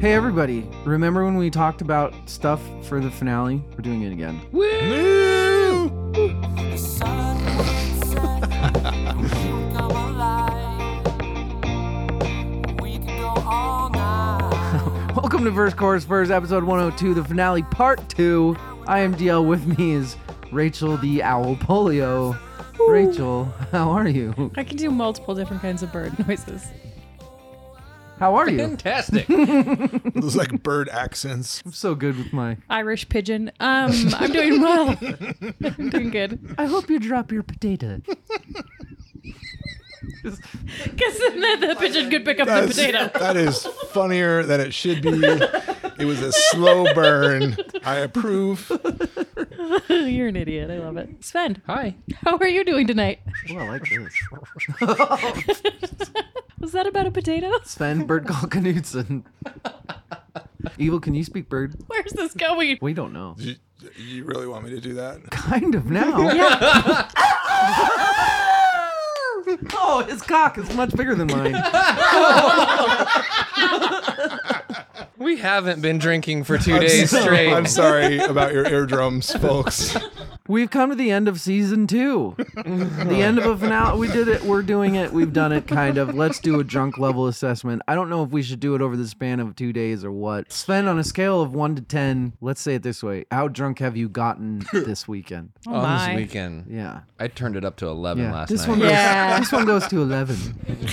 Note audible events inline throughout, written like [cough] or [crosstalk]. Hey, everybody. Remember when we talked about stuff for the finale? We're doing it again. [laughs] Welcome to First Chorus First, episode 102, the finale, part two. I am DL. With me is Rachel the Owl Polio. Rachel, how are you? I can do multiple different kinds of bird [laughs] noises. How [laughs] are you? Fantastic. Those like bird accents. I'm so good with my. Irish pigeon. Um, I'm doing [laughs] well. I'm doing good. I hope you drop your [laughs] potato. Because [laughs] then the pigeon could pick up the That's- potato. [laughs] That is funnier than it should be. It was a [laughs] slow burn. I approve. You're an idiot. I love it. Sven, Hi. how are you doing tonight? [laughs] Oh, I like this. Was that about a potato? [laughs] [laughs] Sven Bird Call Knudsen. [laughs] Evil, can you speak bird? Where's this going? We don't know. You, you really want me to do that? Kind of [laughs] now. Yeah. Oh, his cock is much bigger than [laughs] mine. [laughs] We haven't been drinking for 2 I'm days so- straight. I'm sorry about your eardrums, folks. We've come to the end of season two. the end of a finale. We did it. We're doing it. We've done it, kind of. Let's do a drunk level assessment. I don't know if we should do it over the span of two days or what. Sven, on a scale of one to 10, let's say it this way How drunk have you gotten this [laughs] weekend? Oh On my. this weekend, Yeah. I turned it up to 11 Yeah. last this night. one [laughs] goes. Yeah. This one goes to eleven.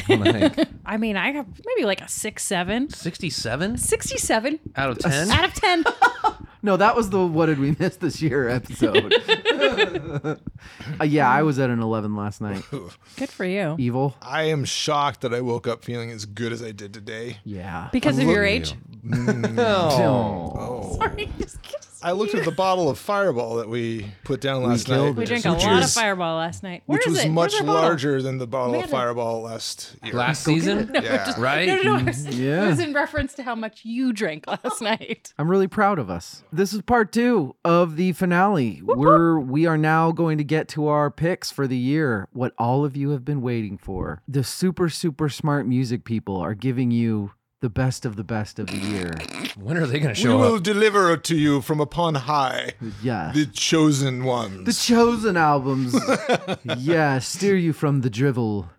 [laughs] Like, I mean, I have maybe like a six, seven. 67 67 out of 10? out of 10. No, that was the "What did we miss this year?" [laughs] episode. Uh, yeah, I was at an eleven last [laughs] night. Good for you. Evil. I am shocked that I woke up feeling as good as I did today. Mm. Yeah. Because of your age? Oh. [laughs] Sorry. Just, just, I looked at the bottle of Fireball that we put down last night. killed we it. drank a which lot was- of Fireball last night. Where Which is was it? Where's much that bottle? larger than the bottle We of had a- Fireball last year. Last season? yeah. [laughs] Right? No, no, no. I was, Yeah. it was in reference to how much you drank last night. [laughs] I'm really proud of us. This is part two of the finale. We're we are now going to get to our picks for the year. What all of you have been waiting for. The super super smart music people are giving you the best of the best of the [laughs] year. When are they going to We show will up? deliver it to you from upon high. Yeah. The chosen ones. The chosen [laughs] albums. yeah, steer you from the drivel.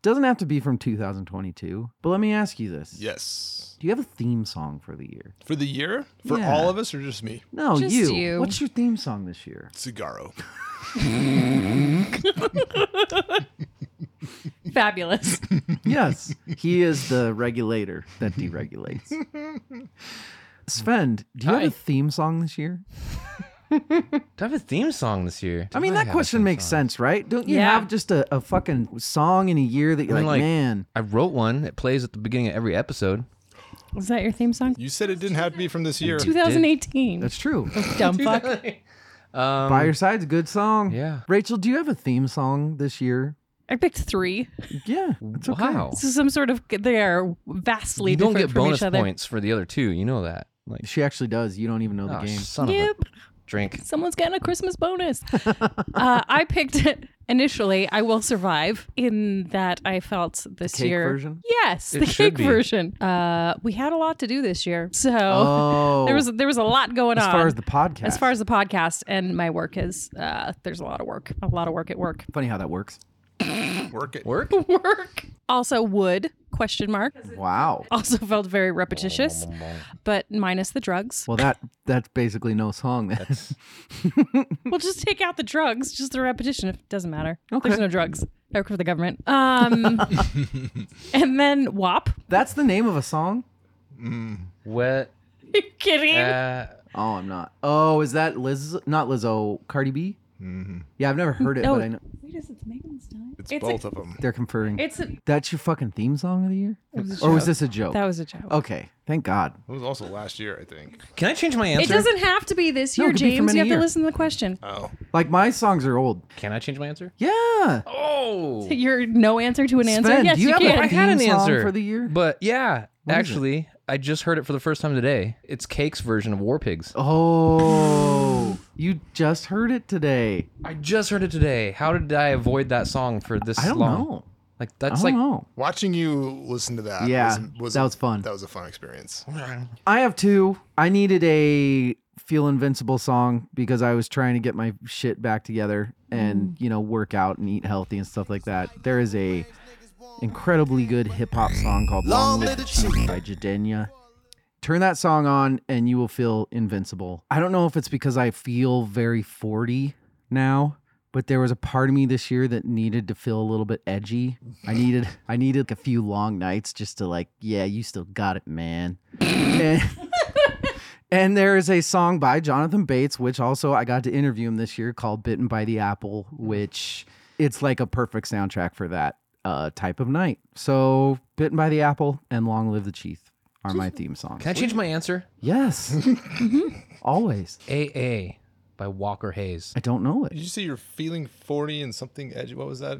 Doesn't have to be from 2022. But let me ask you this. yes. Do you have a theme song for the year? For the year? For Yeah. all of us or just me? No, Just you. What's your theme song this year? Cigaro. Fabulous. Yes, he is the regulator that [laughs] deregulates. Sven, do you Hi. have a theme song this year? Do I have a theme song this year? I mean, Do that have a question theme makes song? sense, right? Don't you Yeah. have just a, a fucking song in a year that you're I mean, like, like- man, I wrote one. It plays at the beginning of every episode. Was that your theme song? You said it didn't have to be from this year. 2018. that's [laughs] true. Dumb fuck. By Your Side's a good song. yeah. Rachel, do you have a theme song this year? I picked three. Yeah. It's okay. Wow. This is some sort of. They are vastly You don't different get from bonus each other. points for the other two. You know that. Like, She actually does. You don't even know the oh, game. son of Yep. a drink. Someone's getting a Christmas [laughs] bonus. uh, I picked it initially. I will survive. In that, I felt this Cake year. version? Yes, It the should cake be. version. Uh, we had a lot to do this year, so Oh. [laughs] there was there was a lot going as on. far as the podcast. as far as the podcast and my work is, uh, there's a lot of work. A lot of work at work. [laughs] funny how that works. Work it. Work? work. Also, would question mark Wow. also felt very repetitious, but minus the drugs. Well, that that's basically no song. Then. We'll just take out the drugs, just the repetition. It doesn't matter. Okay. There's no drugs. I work for the government. [laughs] Um, and then WAP. [laughs] [laughs] That's the name of a song. Wet. Are you kidding? Uh, Oh, I'm not. Oh, is that Liz? Not Lizzo. Cardi B. Yeah, I've never heard it, No. but I know Wait, is it the Megan's time? It's, It's a- both of them. they're conferring. It's a, That's your fucking theme song of the year, or was this a joke? that was a joke. okay, thank God. It was also last year, I think. can I change my It answer? doesn't have to be this No, year, it could be from James. You have any to year. listen to the question. Oh. Like my songs are old. Can I change my answer? Yeah. Oh. Your no answer to an answer. Sven, yes, do you have a can. I had an theme song answer for the year? but yeah, is actually, I just heard it for the first time today. It's Cake's version of War Pigs. Oh, you just heard it today. I just heard it today. How did I avoid that song for this I don't long? know. Like that's I like don't know. Watching you listen to that Yeah, was, was that was fun. That was a fun experience. I have two. I needed a Feel Invincible song because I was trying to get my shit back together and, you know, work out and eat healthy and stuff like that. There is a incredibly good hip hop song called Long Live the Chief by Jadenia. Turn that song on and you will feel invincible. I don't know if it's because I feel very 40 now, but there was a part of me this year that needed to feel a little bit edgy. I needed I needed a few long nights just to like, yeah, you still got it, man. And, [laughs] and there is a song by Jonathan Bates, which also I got to interview him this year called Bitten by the Apple, which it's like a perfect soundtrack for that uh, type of night. So Bitten by the Apple and Long Live the Chief are my theme songs. Can I change my answer? Yes. [laughs] Always. AA by Walker Hayes. I don't know Did it. you say you're feeling 40 and something edgy? What was that?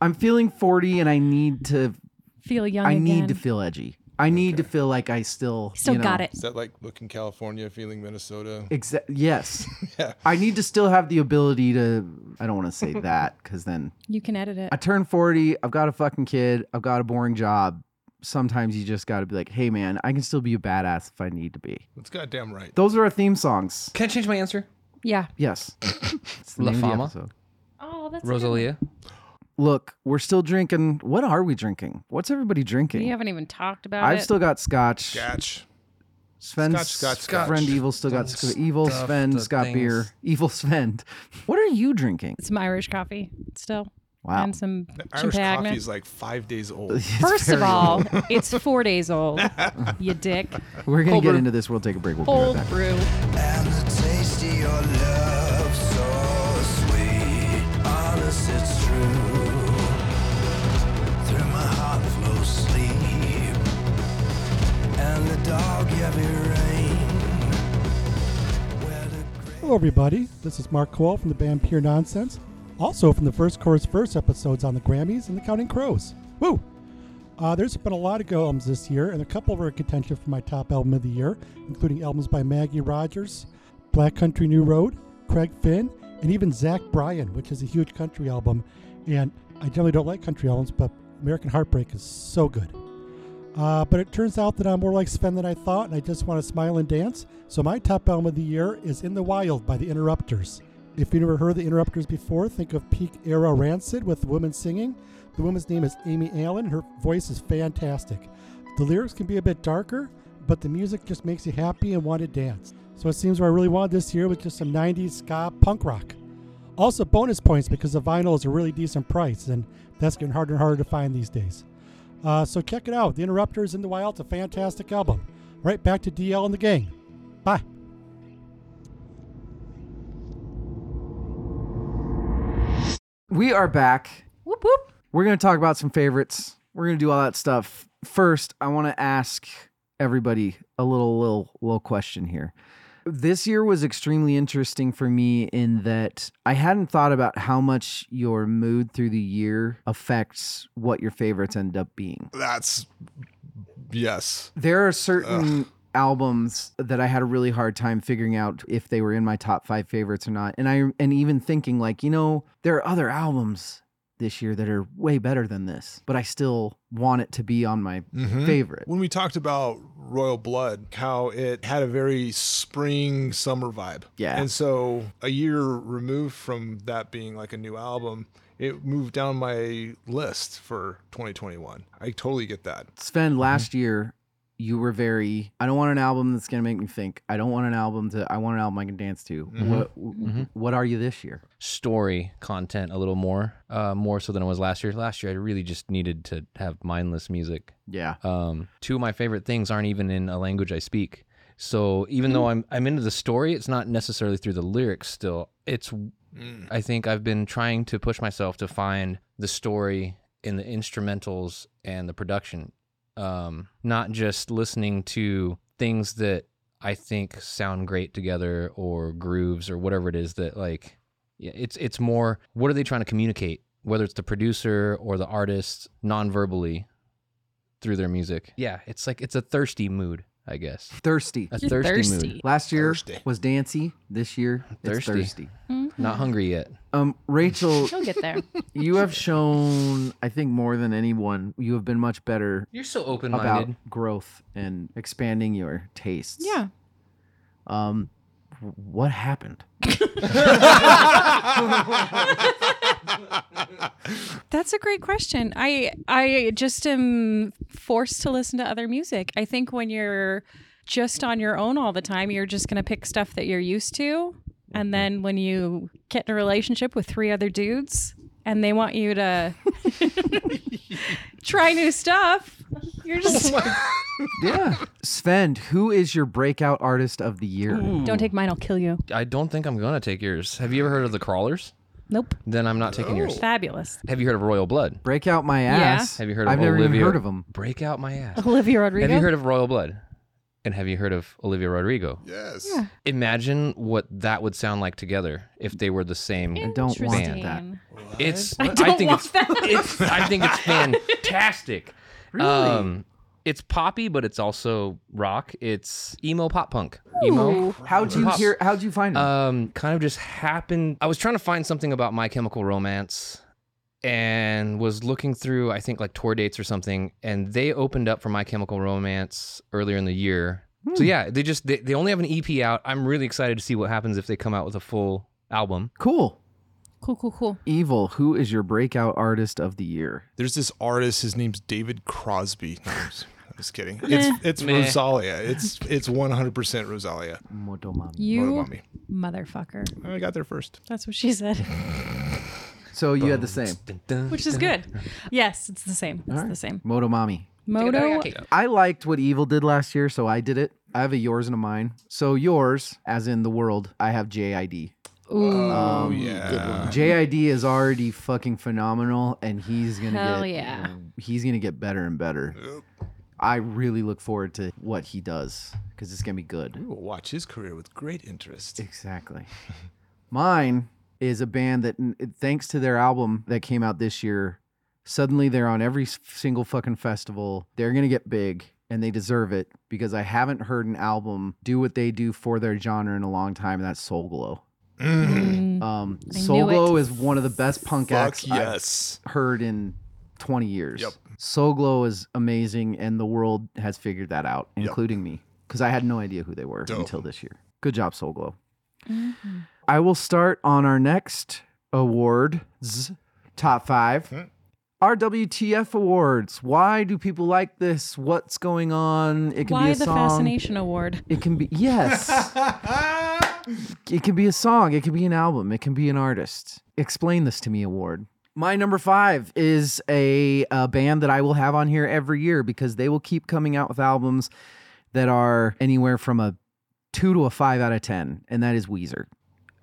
I'm feeling 40 and I need to Feel young. I need again. to feel edgy. I need to feel like I still Still you know, got it. Is that like looking California, feeling Minnesota? Exa- yes. Yeah. I need to still have the ability to I don't want to [laughs] say that cuz then You can edit it. I turned 40. I've got a fucking kid. I've got a boring job. Sometimes you just got to be like, hey, man, I can still be a badass if I need to be. That's goddamn right. Those are our theme songs. Can I change my answer? yeah. [laughs] Yes. It's La name of the Fama. episode. Oh, that's Rosalia. Look, we're still drinking. What are we drinking? What's everybody drinking? We haven't even talked about I've it. still got scotch. Gatch. Sven's Scotch, scotch, scotch. friend Evil still got Don't sc- Evil stuff Sven's the got things. beer. [laughs] Evil Sven. What are you drinking? some Irish coffee still. Wow. And some Irish champagne. coffee is like five days old. First of all, [laughs] it's four days old. you dick. We're going cold to get brew. into this. We'll take a break. We'll be [laughs] right Cold back. brew. And the taste of your love so sweet, honest it's true. Through my heart flows sleep, and the dark heavy rain. Where the great Hello, everybody. This is Mark Cole from the band Pure Nonsense, also from the First Chorus First episodes on the Grammys and the Counting Crows. Woo! Uh, there's been a lot of good albums this year, and a couple were in contention for my top album of the year, including albums by Maggie Rogers, Black Country New Road, Craig Finn, and even Zach Bryan, which is a huge country album. And I generally don't like country albums, but American Heartbreak is so good. Uh, but it turns out that I'm more like Sven than I thought, and I just want to smile and dance. So my top album of the year is In the Wild by The Interrupters. If you've never heard of The Interrupters before, think of peak era Rancid with women singing. The woman's name is Amy Allen. Her voice is fantastic. The lyrics can be a bit darker, but the music just makes you happy and want to dance. So it seems what I really wanted this year was just some 90s ska punk rock. Also, bonus points because the vinyl is a really decent price, and that's getting harder and harder to find these days. Uh, so check it out. The Interrupters in the Wild. It's a fantastic album. Right back to DL and the gang. Bye. We are back. Whoop whoop. We're going to talk about some favorites. We're going to do all that stuff. First, I want to ask everybody a little little little question here. This year was extremely interesting for me in that I hadn't thought about how much your mood through the year affects what your favorites end up being. That's yes. There are certain albums that I had a really hard time figuring out if they were in my top 5 favorites or not. And I and even thinking like, you know, there are other albums this year that are way better than this, but I still want it to be on my favorite. When we talked about Royal Blood, how it had a very spring summer vibe. Yeah. And so a year removed from that being like a new album, it moved down my list for 2021. I totally get that. Sven, last year you were very. I don't want an album that's gonna make me think. I don't want an album to. I want an album I can dance to. What What are you this year? Story content a little more, uh, more so than it was last year. Last year, I really just needed to have mindless music. Yeah. Um, two of my favorite things aren't even in a language I speak. So even though I'm I'm into the story, it's not necessarily through the lyrics. Still, it's I think I've been trying to push myself to find the story in the instrumentals and the production, um, not just listening to things that I think sound great together or grooves or whatever it is that like yeah, it's it's more what are they trying to communicate, whether it's the producer or the artist non-verbally through their music. Yeah, it's like it's a thirsty mood, I guess. Thirsty. A You're thirsty, thirsty. mood. Last year Thirsty. was dancey. This year it's Thirsty. thirsty. Mhm. Not hungry yet. Um, Rachel, He'll get there. you have shown, I think, more than anyone, you have been much better You're so open about minded. growth and expanding your tastes. [laughs] yeah. Um, w- what happened? That's a great question. I I just am forced to listen to other music. I think when you're just on your own all the time, you're just going to pick stuff that you're used to. Mm-hmm. And then when you get in a relationship with three other dudes and they want you [laughs] to try new stuff, Oh you're just Yeah. Sven, who is your breakout artist of the year? don't take mine, I'll kill you. I don't think I'm gonna take yours. Have you ever heard of the Crawlers? Nope. Then I'm not taking yours. Fabulous. Have you heard of Royal Blood? Breakout my ass. Have you heard of I've never Olivia? even heard of him. Break out my ass. Olivia Rodrigo. Have you heard of Royal Blood? And have you heard of Olivia Rodrigo? Yes. Imagine what that would sound like together if they were the same. I don't want Interesting. that. It's I don't think want it's, that. it's I think [laughs] it's fantastic. Um, Really? it's poppy, but it's also rock. It's emo pop punk. Ooh. Emo. How'd you Pops. hear how'd you find him? Um, kind of just happened. I was trying to find something about My Chemical Romance, and was looking through I think like tour dates or something, and they opened up for My Chemical Romance earlier in the year. So Hmm. yeah, they just they, they only have an EP out. I'm really excited to see what happens if they come out with a full album. cool. Cool, cool, cool. Evil, who is your breakout artist of the year? There's this artist. His name's David Crosby. No, I'm just- I'm [laughs] just kidding. It's it's Meh. Rosalia. It's it's 100% Rosalia. Motomami. You Motomami. motherfucker. I got there first. That's what she said. So you had the same. Dun, dun. Which is good. Yes, it's the same. It's the same. Motomami. Moto. I liked what Evil did last year, so I did it. I have a yours and a mine. So yours, as in the world, I Um, have JID. Oh yeah. JID is already fucking phenomenal, and he's gonna Hell get yeah. he's gonna get better and better. I really look forward to what he does because it's gonna be good. We will watch his career with great interest. Exactly. Mine is a band that, n- thanks to their album that came out this year, suddenly they're on every s- single fucking festival. They're gonna get big. And they deserve it because I haven't heard an album do what they do for their genre in a long time, and that's Soul Glow. Um, I Soul knew Glow it. is one of the best punk Fuck acts I've yes. heard in 20 years. Yep. Soul Glow is amazing, and the world has figured that out, including me, because I had no idea who they were Dope. until this year. Good job, Soul Glow. Mm-hmm. I will start on our next award, top 5 Hmm. RWTF awards. Why do people like this? What's going on? It can be Why a the song. Fascination Award? It can be yes. it can be a song. It can be an album. It can be an artist. Explain this to me, award. My number five is a, a band that I will have on here every year because they will keep coming out with albums that are anywhere from a two to a five out of ten, and that is Weezer.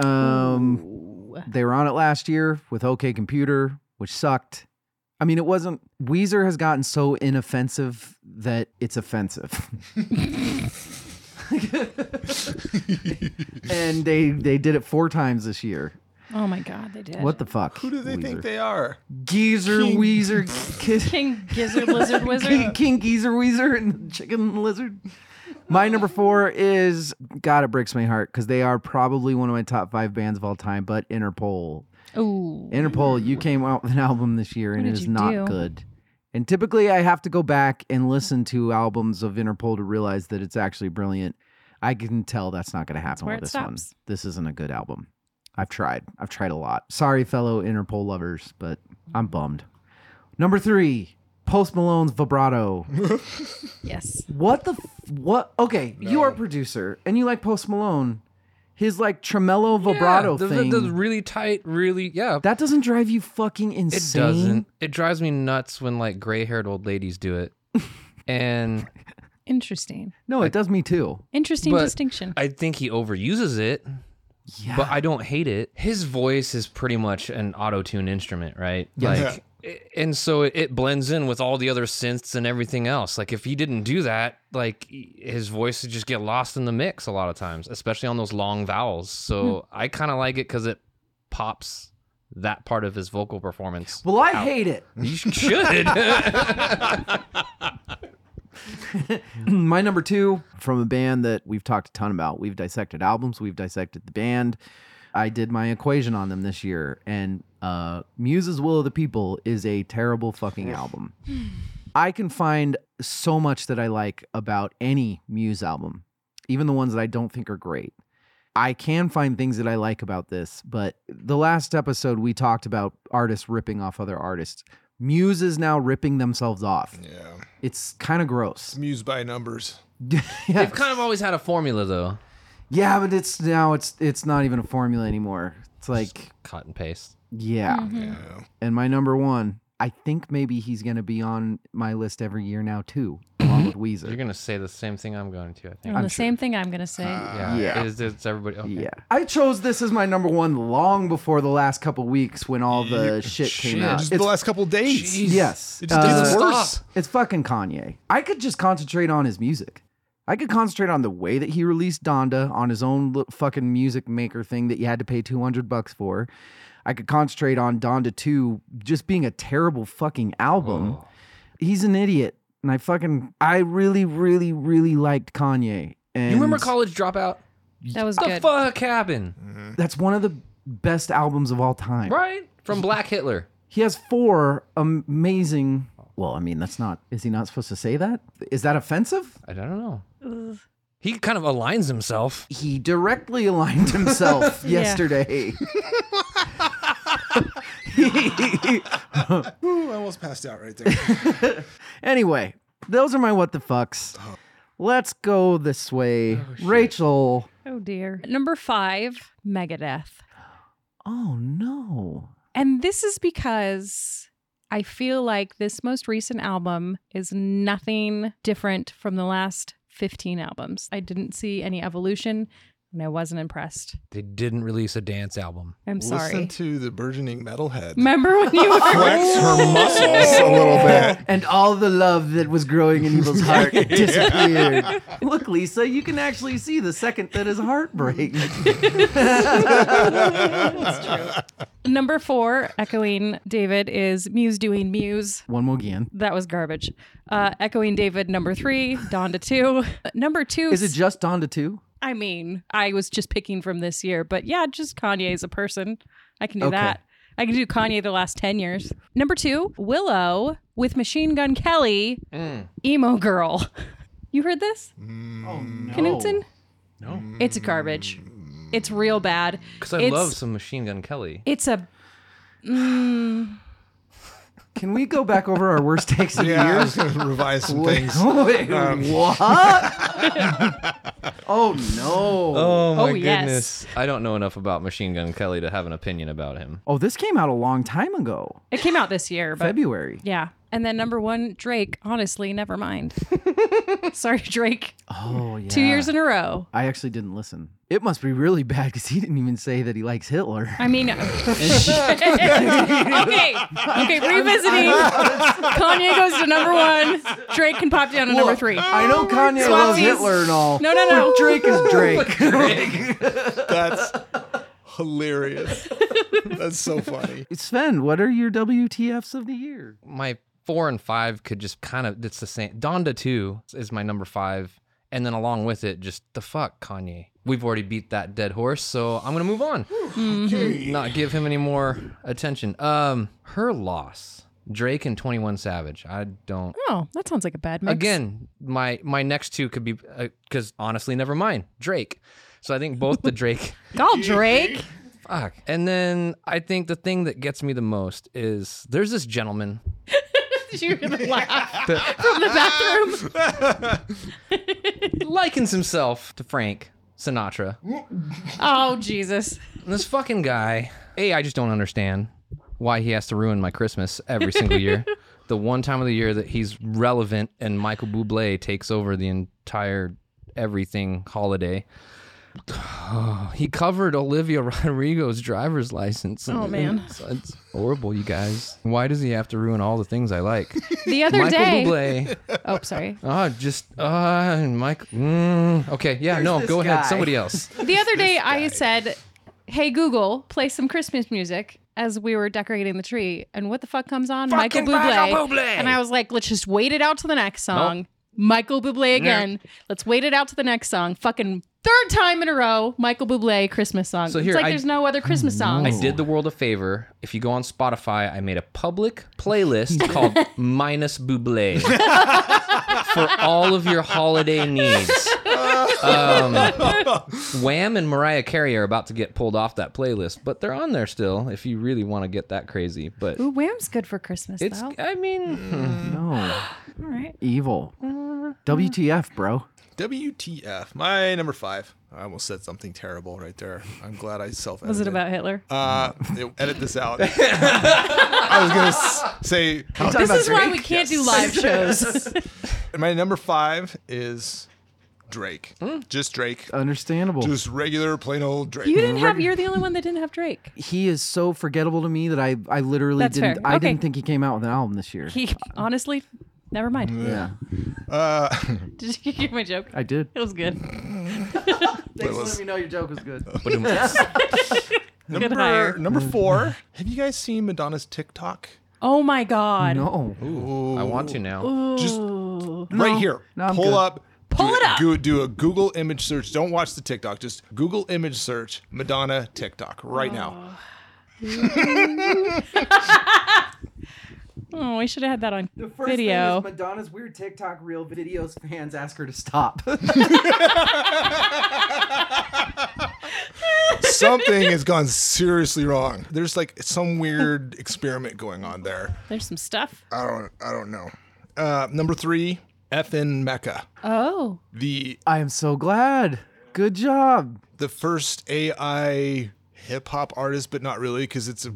Um, they were on it last year with OK Computer, which sucked. I mean, it wasn't. Weezer has gotten so inoffensive that it's offensive. [laughs] and they they did it four times this year. Oh my God, they did. What the fuck? Who Who do they think they are? Geezer, [laughs] Weezer, Kid, [laughs] King Gizzard Lizard King, Wizard? King Geezer, Weezer, and the Chicken Lizard. My number four is God. It breaks my heart because they are probably one of my top five bands of all time. But Interpol, Ooh. Interpol, you came out with an album this year and Mm. What it did is you not do? good. And typically I have to go back and listen to albums of Interpol to realize that it's actually brilliant. I can tell that's not going to happen where with it this stops. one. This isn't a good album. I've tried. I've tried a lot. Sorry, fellow Interpol lovers, but I'm bummed. Number three, Post Malone's [laughs] Vibrato. Yes. What the f- what? Okay, you are a producer and you like Post Malone. His like tremolo vibrato the, thing. The, the really tight, really yeah. that doesn't drive you fucking it insane. doesn't. It drives me nuts when like gray-haired old ladies do it. and Interesting. No, it does me too. Interesting But- distinction. I think he overuses it, Yeah. but I don't hate it. His voice is pretty much an auto-tune instrument, right? Like and so it, it blends in with all the other synths and everything else. Like if he didn't do that, like e, his voice would just get lost in the mix a lot of times, especially on those long vowels. So I kind of like it cuz it pops that part of his vocal performance. well, I hate it. you should. My number two from a band that we've talked a ton about. We've dissected albums, we've dissected the band, I did my equation on them this year, and uh, Muse's Will of the People is a terrible fucking album. I can find so much that I like about any Muse album, even the ones that I don't think are great. I can find things that I like about this, but the last episode we talked about artists ripping off other artists. Muse is now ripping themselves off. Yeah. It's kind of It's gross. Muse by numbers. Yeah. They've kind of always had a formula though. Yeah, but it's now it's it's not even a formula anymore. It's like Cut and paste. yeah. Yeah. And my number one, I think maybe he's gonna be on my list every year now too, along with You're Weezer. gonna say the same thing I'm Uh, going to. I think. And the same thing I'm gonna say. Yeah. Yeah. It's, it's everybody. Okay. Yeah, I chose this as my number one long before the last couple weeks when all the shit came Yeah, out. just It's- the last couple days. yes, It just gets uh, worse. it's fucking Kanye. I could just concentrate on his music. I could concentrate on the way that he released Donda on his own li- fucking music maker thing that you had to pay 200 bucks for. I could concentrate on Donda 2 just being a terrible fucking album. Oh. He's an idiot. And I fucking, I really, really, really liked Kanye. And Mm. You remember College Dropout? That was the good. fuck happened? That's one of the best albums of all time. Right [laughs] from Black Hitler. He has four amazing. Well, I mean, that's not. Is he not supposed to say that? Is that offensive? I don't know. He kind of aligns himself. he directly aligned himself Yeah. yesterday. [laughs] Ooh, I almost passed out right [laughs] there. anyway, those are my what the fucks. Let's go this way. Rachel. Oh dear. Number five, Megadeth. Oh no. And this is because I feel like this most recent album is nothing different from the last 15 albums. I didn't see any evolution and I wasn't impressed. They didn't release a dance album. I'm Listen sorry. to the burgeoning metalhead. Remember when you were Flex [laughs] her muscles a little bit. [laughs] And all the love that was growing in Evil's [laughs] heart disappeared. Look, Lisa, you can actually see the second that his heart [laughs] breaks. number four, echoing David, is Muse doing Muse. One more again. That was garbage. Uh, echoing David, number three, Donda two. [laughs] Number two Is it just Donda 2? I mean, I was just picking from this year, but yeah, just Kanye as a person. I can do Okay. that. I can do Kanye the last 10 years. Number two, Willow with Machine Gun Kelly, Emo Girl. [laughs] You heard this? Oh, no. Knutson? No. It's garbage. It's real bad. Because I It's- love some Machine Gun Kelly. It's a. Can we go back over our worst takes of the [laughs] Yeah, I years? was going to [laughs] revise some things. Um, Wait, what? oh no. Oh my Oh, yes. I don't know enough about Machine Gun Kelly to have an opinion about him. Oh, this came out a long time ago. It came out this year, but February. yeah. And then number one, Drake. Honestly, never [laughs] mind. Sorry, Drake. Oh yeah. Two years in a row. I actually didn't listen. It must be really [laughs] bad because he didn't even say that he likes Hitler. I mean, [laughs] okay, okay, revisiting. Kanye goes to number one. Drake can pop down to number Look, three. [laughs] I know Kanye loves Swapsies. Hitler and all. No, no, but no. Drake [laughs] is Drake. [laughs] That's hilarious. That's [laughs] so funny. Sven, what are your WTFs of the year? My four and five could just kind of, it's the same. Donda 2 is my number five. And then along with it, just the fuck, Kanye. We've already beat that dead horse, so I'm going to move on. Mm-hmm. Not give him any more attention. Um, Her loss, Drake and 21 Savage. I don't. Oh, that sounds like a bad mix. again my my next two could be because honestly never mind drake so i think both the drake call Drake. fuck and then i think the thing that gets me the most is there's this gentleman Did [laughs] you hear the laugh from the bathroom? likens himself to frank sinatra Oh Jesus! And this fucking guy a i just don't understand why he has to ruin my christmas every [laughs] single year the one time of the year that he's relevant and michael buble takes over the entire everything holiday [sighs] he covered Olivia [laughs] Rodrigo's driver's license. Oh, man. it's, it's horrible, you guys. Why does he have to ruin all the things [laughs] I like? The other Michael day. Bublé. Oh, sorry. Ah, just ah, and Mike. Mm, okay, yeah, no, this go ahead. guy. Somebody else. The other day, I said, "Hey Google, play some Christmas music." As we were decorating the tree, and what the fuck comes on? Fucking Michael Bublé. And I was like, "Let's just wait it out to the next song." Michael Bublé again. Let's wait it out to the next song. Fucking Third time in a row, Michael Bublé Christmas song. So it's here, like I- Mm, there's no other Christmas songs. I did the world a favor. If you go on Spotify, I made a public playlist called Minus Buble for all of your holiday needs. Um, Wham and Mariah Carey are about to get pulled off that playlist, but they're on there still if you really want to get that crazy. But Ooh, Wham's good for Christmas it's, though. I Mm. mean, No. [sighs] All right. Uh, Evil. WTF, bro. WTF? My number five. I almost said something terrible right there. I'm glad I self. Was it about Hitler? Uh, it- edit this out. I was gonna s- say this is why we can't do [laughs] live shows. my number five is Drake. Just Drake. Understandable. Just regular plain old Drake. You didn't have. You're the only one that didn't have Drake. he is so forgettable to me that I, I literally That's didn't fair. I Okay. didn't think he came out with an album this year. He honestly, never Mm. mind. yeah, Uh, [laughs] [laughs] Did you get my joke? I did. It was good. Thanks for letting me know your joke was good. hire. number number four. Have you guys seen Madonna's TikTok? Oh my [laughs] god. Oh, No, I want to now. Just right here. No, I'm Pull good. up. Pull do, it up. Do, do a Google image search. Don't watch the TikTok. Just Google image search Madonna TikTok right now. Oh, we should have had that on the first video. Madonna's weird TikTok reel videos fans ask her to stop. [laughs] Something has gone seriously wrong. There's like some weird experiment going on there. There's some stuff. I don't. I don't know. Uh, number three. FN Mecca. Oh. The I am so glad. Good job. the first AI hip hop artist, but not really because it's a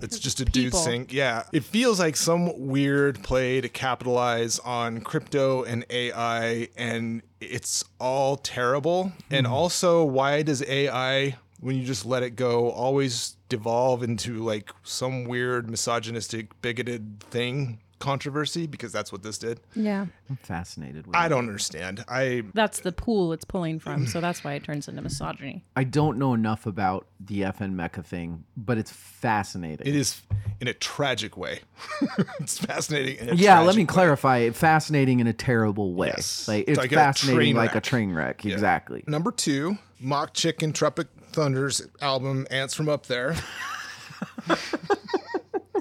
it's just a dude people. sing. Yeah, it feels like some weird play to capitalize on crypto and AI, and it's all terrible. And also, why does AI, when you just let it go, always devolve into like some weird misogynistic, bigoted thing? Controversy because that's what this did. Yeah. I'm fascinated with. I I, don't understand. I That's the pool it's pulling from, so that's why it turns into misogyny. I don't know enough about the FN Mecca thing, but it's fascinating. it is in a tragic way. [laughs] it's fascinating. in a yeah, let me tragic way. clarify. it. Fascinating in a terrible way. Yes. Like it's Like a fascinating train like a wreck. train wreck. Exactly. Number two, Mock Chicken Tropic Thunder's album Ants from Up There. [laughs]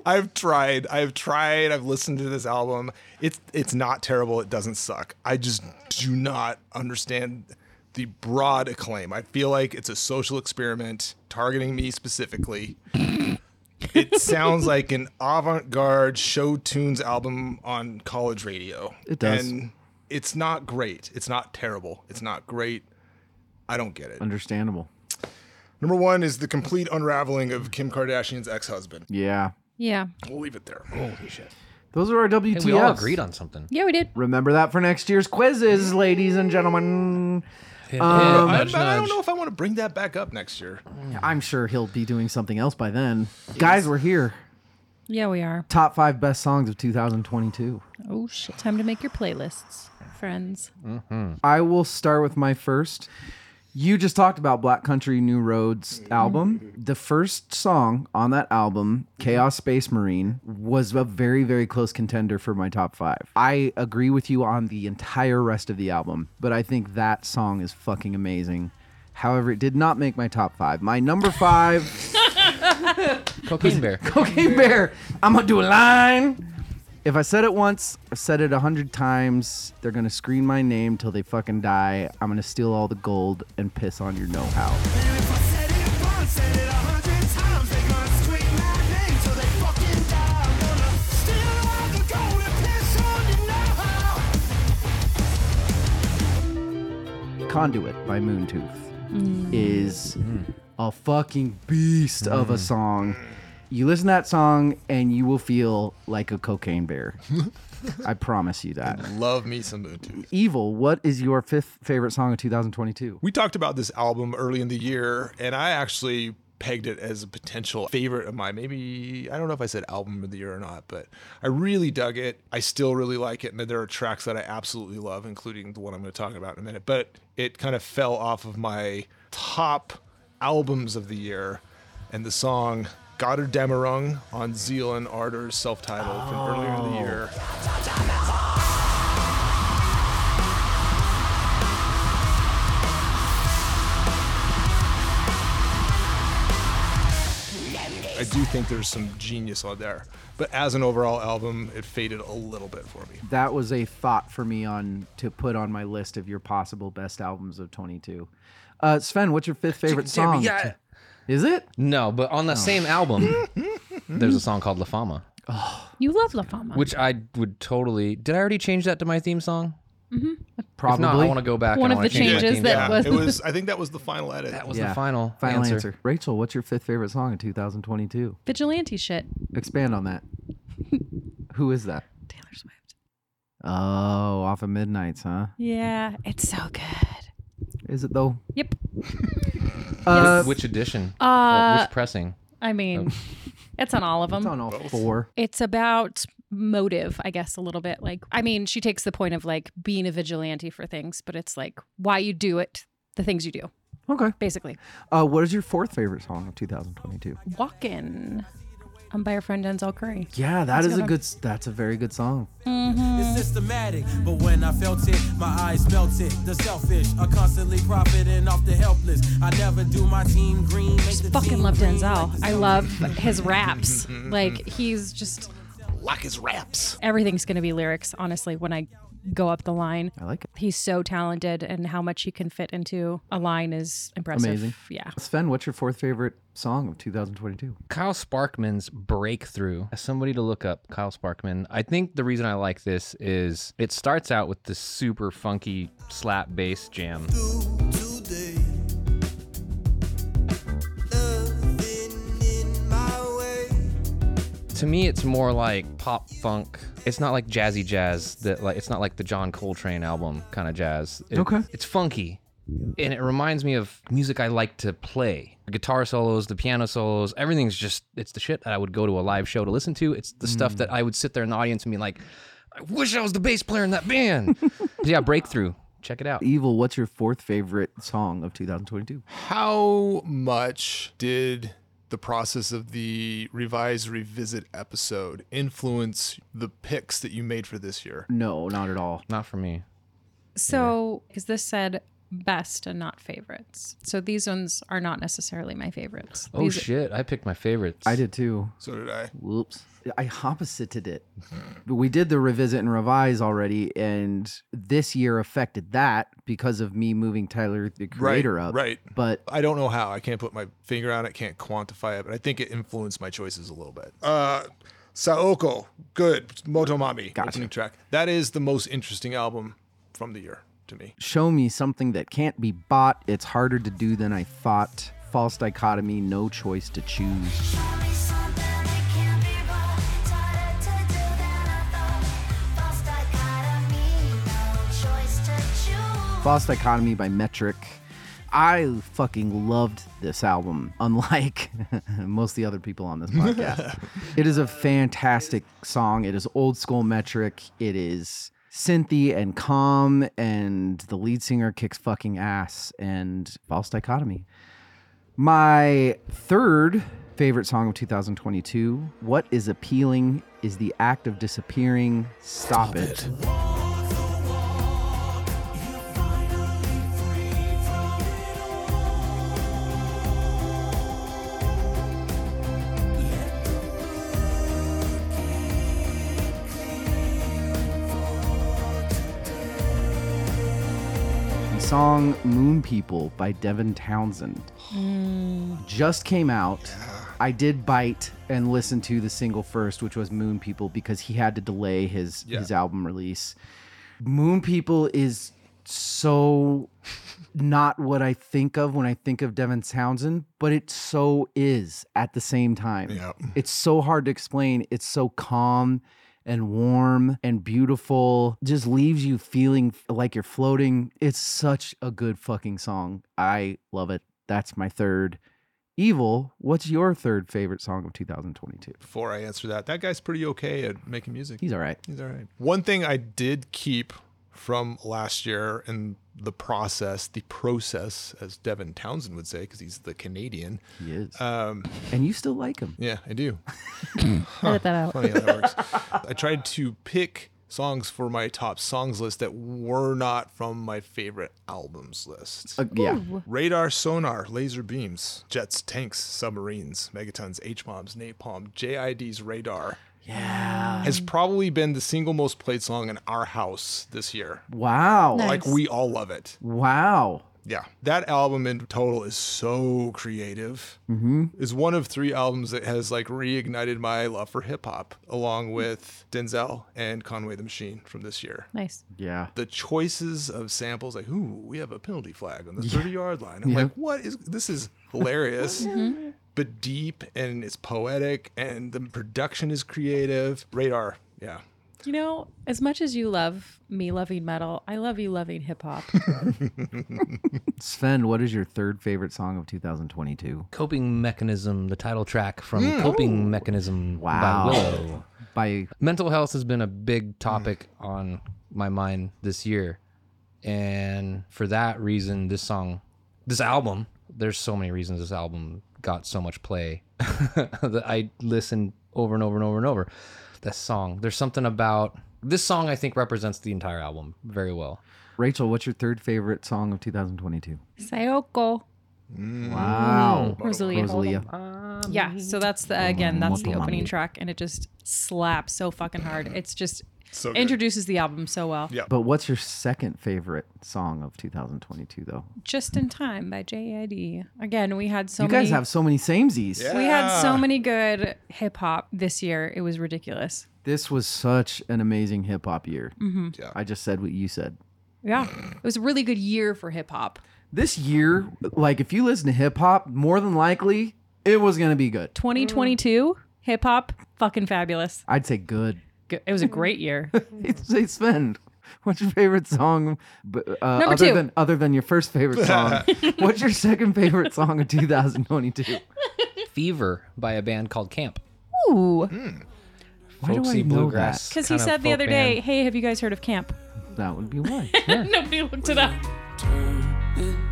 I've tried. I've tried. I've listened to this album. It's it's not terrible. It doesn't suck. I just do not understand the broad acclaim. I feel like it's a social experiment targeting me specifically. it sounds like an avant-garde show tunes album on college radio. It does. And it's not great. It's not terrible. It's not great. I don't get it. Understandable. Number one is the complete unraveling of Kim Kardashian's ex-husband. Yeah. Yeah. We'll leave it there. Holy shit. Those are our WTFs. we all agreed on something. Yeah, we did. Remember that for next year's quizzes, ladies and gentlemen. I, Nudge, I don't nudge. know if I want to bring that back up next year. I'm sure he'll be doing something else by then. Guys, we're here. Yeah, we are. Top five best songs of 2022. Oh shit. Time to make your playlists, friends. I will start with my first. You just talked about Black Country New Roads album. The first song on that album, Chaos Space Marine, was a very, very close contender for my top five. I agree with you on the entire rest of the album, but I think that song is fucking amazing. However, it did not make my top five. My number five. Cocaine Bear. Cocaine Bear. I'm gonna do a line. If I said it once, I've said it a hundred times. They're gonna scream my name till they fucking die. I'm gonna steal all the gold and piss on your know-how. Conduit by Moontooth is a fucking beast of a song. You listen to that song and you will feel like a cocaine bear. I promise you that. Love me some Bluetooth. Evil, what is your fifth favorite song of 2022? We talked about this album early in the year, and I actually pegged it as a potential favorite of mine. Maybe I don't know if I said album of the year or not, but I really dug it. I still really like it, and there are tracks that I absolutely love, including the one I'm going to talk about in a minute. But it kind of fell off of my top albums of the year, and the song "Goddard Damerung" on Zealand Ardor's self-titled from earlier in the year. I do think there's some genius on there. But as an overall album, it faded a little bit for me. that was a thought for me on to put on my list of your possible best albums of 22. Uh, Sven, what's your fifth favorite song? yeah. Is it? No, but on that same album, there's a song called La Fama, You love La Fama. which I would totally. Did I already change that to my theme song? If Probably. not, I want to go back. One and I of wanna the change my changes theme that song. was- it was. I think that was the final edit. that was the final final answer. answer. Rachel, what's your fifth favorite song in 2022? Vigilante shit. Expand on [laughs] that. Who is that? Taylor Swift. Oh, off of Midnight's, huh? Yeah, it's so good. Is it though? Yep. Uh, Oh. Which edition? Uh, Or which pressing? I mean, it's on all of them. it's on all four. It's about motive, I guess, a little bit. Like, I mean, she takes the point of like being a vigilante for things, but it's like why you do it, the things you do, Okay. basically. Uh, what is your fourth favorite song of 2022? Walkin'. I'm by our friend Denzel Curry. Yeah, that is a good. s- That's a very good song. It's systematic, but when I felt it, my eyes melted. The selfish are constantly profiting off the helpless. I never do my team green. Make the Fucking team love green, Denzel. make the I team love his raps. Like, he's just Like his raps. everything's going to be lyrics, honestly, when I go up the line. I like it. He's so talented, and how much he can fit into a line is impressive. Amazing. Yeah. Sven, what's your fourth favorite song of 2022? Kyle Sparkman's breakthrough. As somebody to look up, Kyle Sparkman. I think the reason I like this is it starts out with this super funky slap bass jam. today. Nothing in my way. To me, it's more like pop funk. It's not like jazzy jazz that like it's not like the John Coltrane album kind of jazz. It- Okay. It's funky. And it reminds me of music I like to play. Guitar solos, the piano solos, everything's just it's the shit that I would go to a live show to listen to. It's the Mm. stuff that I would sit there in the audience and be like, I wish I was the bass player in that [laughs] band. yeah, breakthrough. Check it out. Evil, what's your fourth favorite song of 2022? How much did the process of the revise revisit episode influence the picks that you made for this year? No, not at all. Not for me. So, because this said best and not favorites. So these ones are not necessarily my favorites. Oh These- shit! I picked my favorites. I did too. So did I. Whoops. I opposited it. But we did the revisit and revise already, and this year affected that because of me moving Tyler the creator right, up. Right. But I don't know how. I can't put my finger on it, can't quantify it, but I think it influenced my choices a little bit. Uh Saoko, good. Motomami, Gotcha. opening track. That is the most interesting album from the year to me. show me something that can't be bought. It's harder to do than I thought. False dichotomy, no choice to choose. Show me something that can be bought. Harder to do than I thought. False dichotomy, no choice to choose. False Dichotomy by Metric. I fucking loved this album, [laughs] unlike most of the other people on this podcast. [laughs] it is a fantastic song. It is old school metric. It is synthy and calm, and the lead singer kicks fucking ass. And False Dichotomy. My third favorite song of 2022 What is appealing is the act of disappearing. Stop, it. The song Moon People by Devin Townsend just came out. I did bite and listen to the single first, which was Moon People, because he had to delay his his album release. Moon People is so not what I think of when I think of Devin Townsend, but it so is at the same time. Yeah. It's so hard to explain. It's so calm and warm and beautiful. Just leaves you feeling like you're floating. It's such a good fucking song. I love it. That's my third. Evil, what's your third favorite song of 2022? Before I answer that, that guy's pretty okay at making music. He's all right. He's all right. One thing I did keep from last year and the process, the process, as Devin Townsend would say, because he's the Canadian. He is. Um, and you still like him. yeah, I do. [laughs] Edit that out. Funny how that works. I tried to pick songs for my top songs list that were not from my favorite albums list. Uh, yeah. Radar, sonar, laser beams, jets, tanks, submarines, megatons, H bombs, napalm, JID's radar. Yeah. Has probably been the single most played song in our house this year. Wow. Like, we all love it. Wow. Yeah. That album in total is so creative. Mm-hmm. Is one of three albums that has like reignited my love for hip hop, along with Denzel and Conway the Machine from this year. Nice. Yeah. The choices of samples, like, ooh, we have a penalty flag on the 30 yard line. I'm Yeah. like, what is this? Is hilarious. But deep and it's poetic and the production is creative. Radar, yeah. You know, as much as you love me loving metal, I love you loving hip [laughs] hop. Sven, what is your third favorite song of 2022? Coping Mechanism, the title track from Coping Mechanism Mm, Wow. by Willow. By Mental health has been a Mm. big topic on my mind this year. And for that reason, this song, this album, there's so many reasons this album got so much play [laughs] that I listened over and over and over and over. That song, there's something about this song, I think represents the entire album very well. Rachel, what's your third favorite song of 2022? Oh, Sayoko. Wow. Rosalia. Ah, Rosalia. yeah. So that's the again, that's the opening Motomami. track, and it just slaps so fucking hard. It's just So good. introduces the album so well. Yeah. But what's your second favorite song of 2022, though? Just in time by JID. Again, we had so you many. guys have so many samesies. we had Yeah. so many good hip hop this year. It was ridiculous. This was such an amazing hip hop year. Mm-hmm. Yeah. I just said what you said. Yeah. It was a really good year for hip hop. This year, like if you listen to hip hop, more than likely it was going to be good. 2022, hip hop, fucking fabulous. I'd say good. Mm. [laughs] G- It was a great year. Say Sven, what's your favorite song? b- Uh, Number other two. than other than your first favorite [laughs] song, what's your second favorite song of 2022? Fever by a band called Camp. [laughs] Ooh. Why do I know that? Because he Mm, kind of said the folk other band. day, hey, have you guys heard of camp? That would be why. [laughs] [laughs] Nobody looked it up. Turning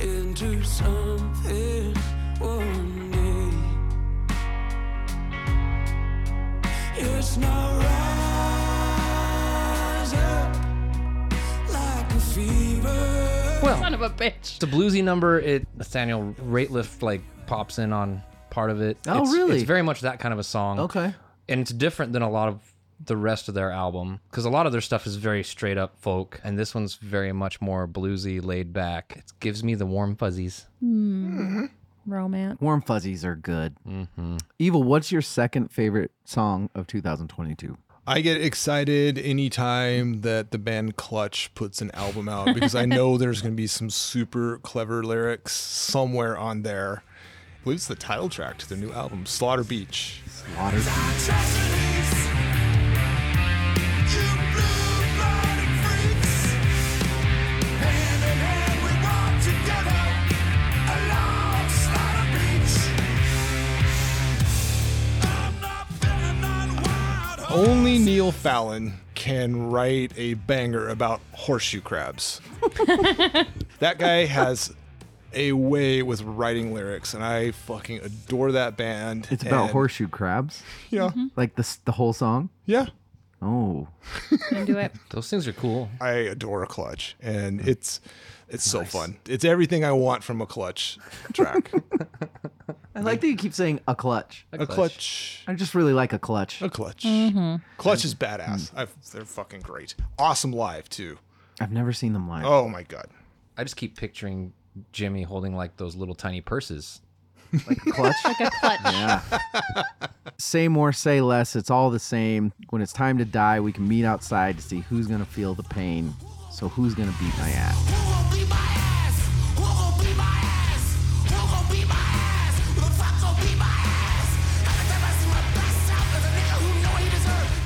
into something one day. It's not rise up like a fever. Well, Son of a bitch. It's a bluesy number. It Nathaniel Rateliff like pops in on part of it. Oh, It's- really? It's very much that kind of a song. Okay. And it's different than a lot of the rest of their album because a lot of their stuff is very straight up folk, and this one's very much more bluesy, laid back. It gives me the warm fuzzies. Romance. Warm fuzzies are good. Evil, what's your second favorite song of 2022? I get excited anytime that the band Clutch puts an album out because I know there's going to be some super clever lyrics somewhere on there. I believe it's the title track to their new album, Slaughter Beach. Water. Only Neil Fallon can write a banger about horseshoe crabs. that guy has a way with writing lyrics, and I fucking adore that band. It's about and- horseshoe crabs, Yeah. like the the whole song. Yeah. Oh, Into it. Those things are cool. I adore clutch, and it's it's so fun. It's everything I want from a clutch track. I like that you keep saying a clutch. [laughs] a clutch, Mm-hmm. I just really like a clutch. a clutch. Clutch is badass. I've, they're fucking great. Awesome live too. I've never seen them live. Oh my god. I just keep picturing Jimmy holding like those little tiny purses. Like a clutch. like a clutch. Yeah. say more, say less. It's all the same. When it's time to die, we can meet outside to see who's gonna feel the pain. So who's gonna beat my ass?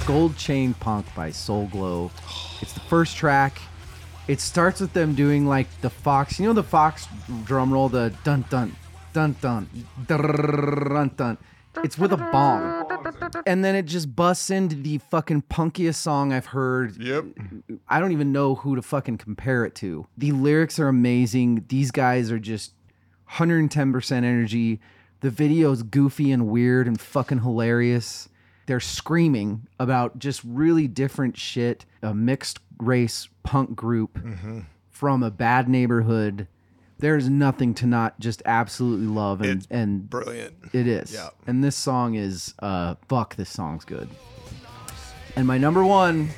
Gold Chain Punk by Soul Glow. It's the first track. It starts with them doing like the Fox, you know, the Fox drum roll, the dun dun dun dun dun dun. It's with a bomb. And then it just busts into the fucking punkiest song I've heard Yep. I don't even know who to fucking compare it to. The lyrics are amazing. These guys are just 110% energy. The video's goofy and weird and fucking hilarious. They're screaming about just really different shit. A mixed race punk group Mm-hmm. from a bad neighborhood. There's nothing to not just absolutely love, and It's and Brilliant. it is. Yeah. And this song is uh fuck this song's good. And my number one,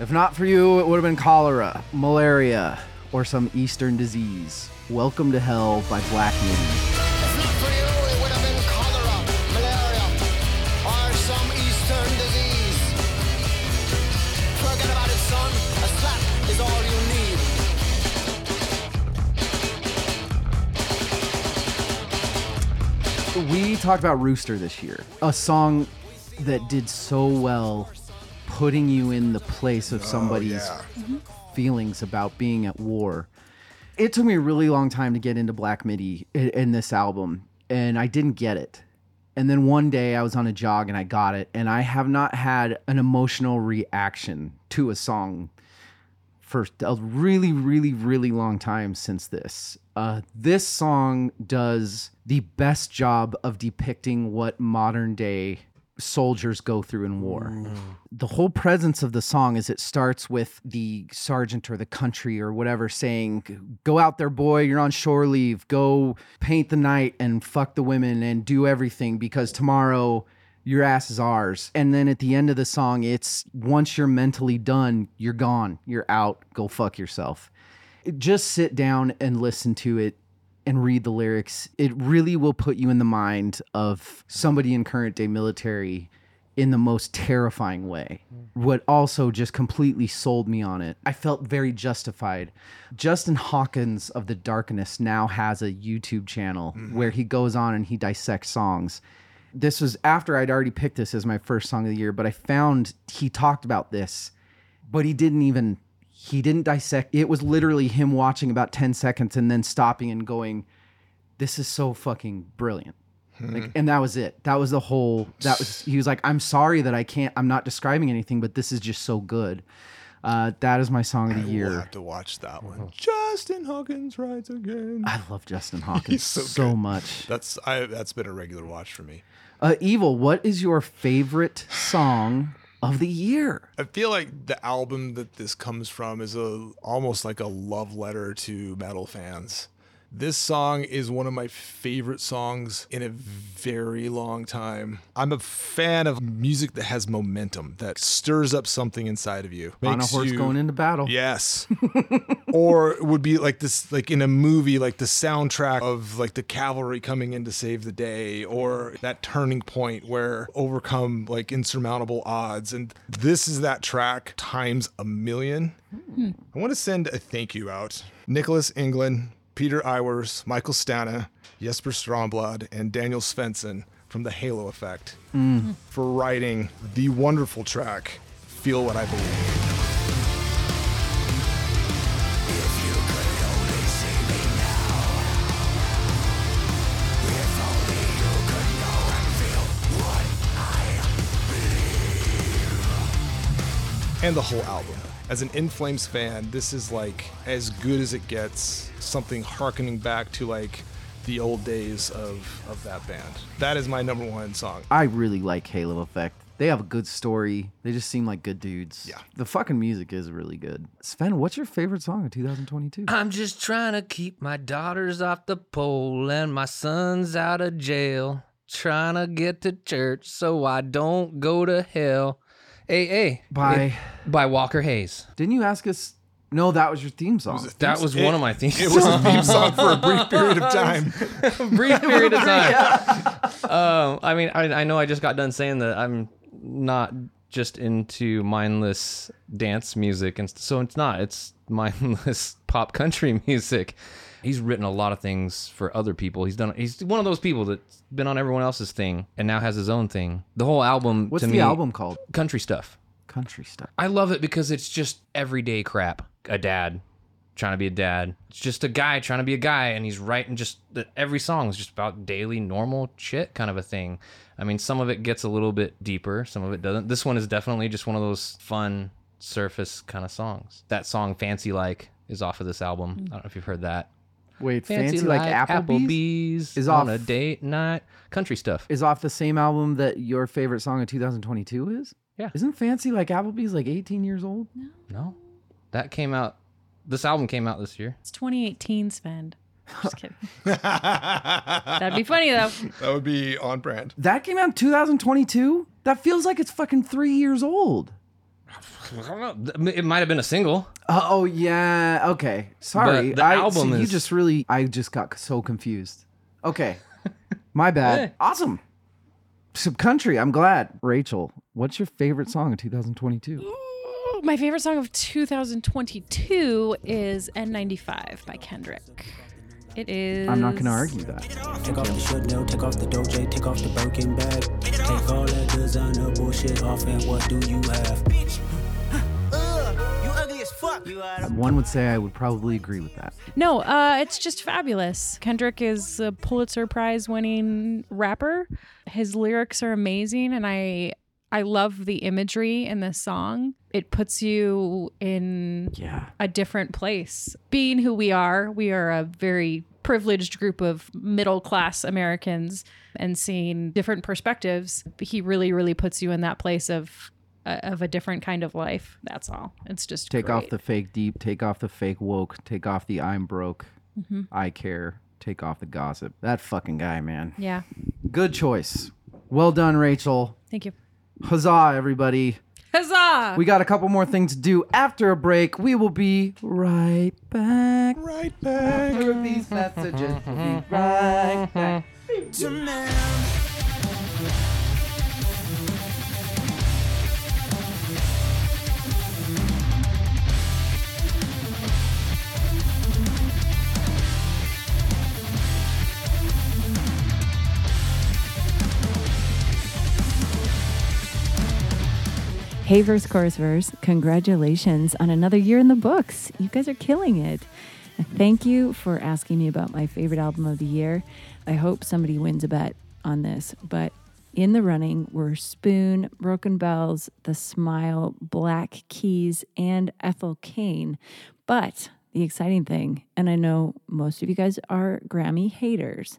if not for you, it would have been cholera, malaria, or some eastern disease. Welcome to Hell by Black Midi. If not for you, it would have been cholera, malaria, or some eastern disease. Forget about it, son. A slap is all you need. We talked about Rooster this year, a song that did so well putting you in the place of somebody's feelings about being at war. It took me a really long time to get into Black MIDI in, in this album, and I didn't get it. And then one day I was on a jog and I got it, and I have not had an emotional reaction to a song for a really, really, really long time since this. Uh, this song does the best job of depicting what modern day soldiers go through in war. The whole presence of the song is it starts with the sergeant or the country or whatever saying, Go out there, boy, you're on shore leave, go paint the night and fuck the women and do everything because tomorrow your ass is ours. And then at the end of the song, it's once you're mentally done, you're gone, you're out, go fuck yourself. Just sit down and listen to it and read the lyrics. It really will put you in the mind of somebody in current day military in the most terrifying way. What also just completely sold me on it. I felt very justified. Justin Hawkins of The Darkness now has a YouTube channel where he goes on and he dissects songs this was after I'd already picked this as my first song of the year, but I found he talked about this, but he didn't even he didn't dissect. It was literally him watching about 10 seconds and then stopping and going, This is so fucking brilliant. Hmm. Like, and that was it. That was the whole that was he was like, I'm sorry that I can't I'm not describing anything, but this is just so good. Uh, that is my song of the We'll year. have to watch that one. Justin Hawkins rides again. I love [laughs] Justin Hawkins so so, good. much. That's I. That's been a regular watch for me. Uh, Evil, what is your favorite song of the year? I feel like the album that this comes from is a almost like a love letter to metal fans. This song is one of my favorite songs in a very long time. I'm a fan of music that has momentum, that stirs up something inside of you. on a Makes horse you- going into battle. Yes. [laughs] or it would be like this, like in a movie, like the soundtrack of like the cavalry coming in to save the day, or that turning point where overcome like insurmountable odds. And this is that track times a million. I want to send a thank you out. Nicholas England, Peter Iwers, Michael Stana, Jesper Stromblad, and Daniel Svensson from the Halo Effect for writing the wonderful track, Feel What I Believe. and the whole album. As an In Flames fan, this is like as good as it gets. Something harkening back to like the old days of of that band. That is my number [laughs] one song. I really like Halo Effect. They have a good story. They just seem like good dudes. Yeah. The fucking music is really good. Sven, what's your favorite song of 2022? I'm just trying to keep my daughters off the pole and my sons out of jail. Trying to get to church so I don't go to hell. Hey, hey. By It- by Walker Hayes. didn't you ask us? No, that was your theme song. That was one of my things. It was a theme song for a brief period of time. [laughs] brief period of time. [laughs] um, I mean, I, I know I just got done saying that I'm not just into mindless dance music, and so it's not. It's mindless [laughs] pop country music. He's written a lot of things for other people. He's done. He's one of those people that's been on everyone else's thing and now has his own thing. The whole album. What's to the me, album called? Country stuff. Country stuff. I love it because it's just everyday crap. A dad trying to be a dad. It's just a guy trying to be a guy, and he's writing just the, every song is just about daily, normal shit kind of a thing. I mean, some of it gets a little bit deeper, some of it doesn't. This one is definitely just one of those fun surface kind of songs. That song, Fancy Like, is off of this album. I don't know if you've heard that. Wait, fancy, like, Applebee's, is is on off- a date night. Country stuff. is off the same album that your favorite song of 2022 is. Yeah. Isn't Fancy Like Applebee's like 18 years old? No, that came out. This album came out this year. It's 2018, Sven. Just [laughs] kidding. That'd be funny though. That would be on brand. That came out in 2022? That feels like it's fucking three years old. I don't know. Th- It might have been a single. Uh, oh yeah. Okay. Sorry. the I, album see, You is- just really. I just got so confused. [laughs] Okay. My bad. Yeah. Awesome. Some country. I'm glad. Rachel, what's your favorite song of 2022? Ooh, My favorite song of 2022 is N95 by Kendrick. It is. I'm not gonna argue that. Take off the shirt now, take off the doje, take off the Birkin bag. Take all that designer bullshit off, and what do you have? You ugly as fuck. You are One would say I would probably agree with that. No, uh, it's just fabulous. Kendrick is a Pulitzer Prize winning rapper. His lyrics are amazing, and I I love the imagery in this song. It puts you in Yeah. a different place. Being who we are, we are a very privileged group of middle class Americans and seeing different perspectives, he really, really puts you in that place of uh, of a different kind of life. That's all. It's just Take off great. the fake deep. Take off the fake woke. Take off the I'm broke. I care. Take off the gossip. That fucking guy, man. yeah. Good choice. Well done, Rachel. Thank you. Huzzah, everybody. Huzzah! We got a couple more things to do after a break. We will be right back. Right back. After these messages, we'll [laughs] be right back. Hey, Verse Chorus Verse, congratulations on another year in the books. You guys are killing it. And Thank you for asking me about my favorite album of the year. I hope somebody wins a bet on this, but in the running were Spoon, Broken Bells, The Smile, Black Keys, and Ethel Kane. But the exciting thing, and I know most of you guys are Grammy haters,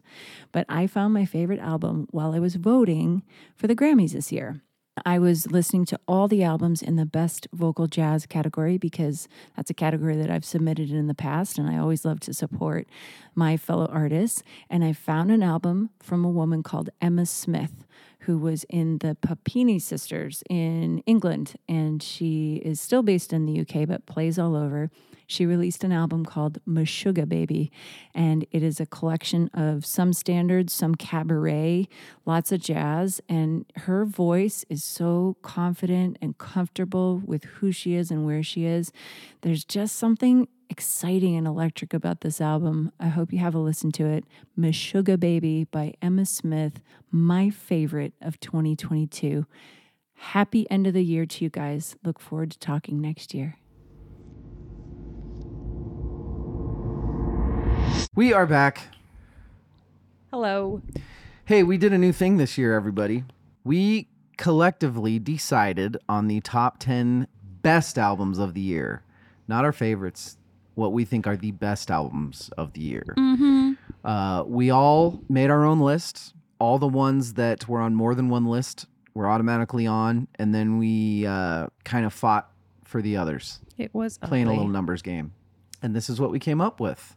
but I found my favorite album while I was voting for the Grammys this year. I was listening to all the albums in the best vocal jazz category because that's a category that I've submitted in the past and I always love to support my fellow artists. And I found an album from a woman called Emma Smith, who was in the Papini Sisters in England. And she is still based in the UK but plays all over. She released an album called Meshuga Baby, and it is a collection of some standards, some cabaret, lots of jazz. And her voice is so confident and comfortable with who she is and where she is. There's just something exciting and electric about this album. I hope you have a listen to it. Meshuga Baby by Emma Smith, my favorite of 2022. Happy end of the year to you guys. Look forward to talking next year. We are back. Hello. Hey, we did a new thing this year, everybody. We collectively decided on the top 10 best albums of the year, not our favorites, what we think are the best albums of the year. Uh, we all made our own lists. All the ones that were on more than one list were automatically on, and then we uh, kind of fought for the others It was playing a ugly. little numbers game. And this is what we came up with.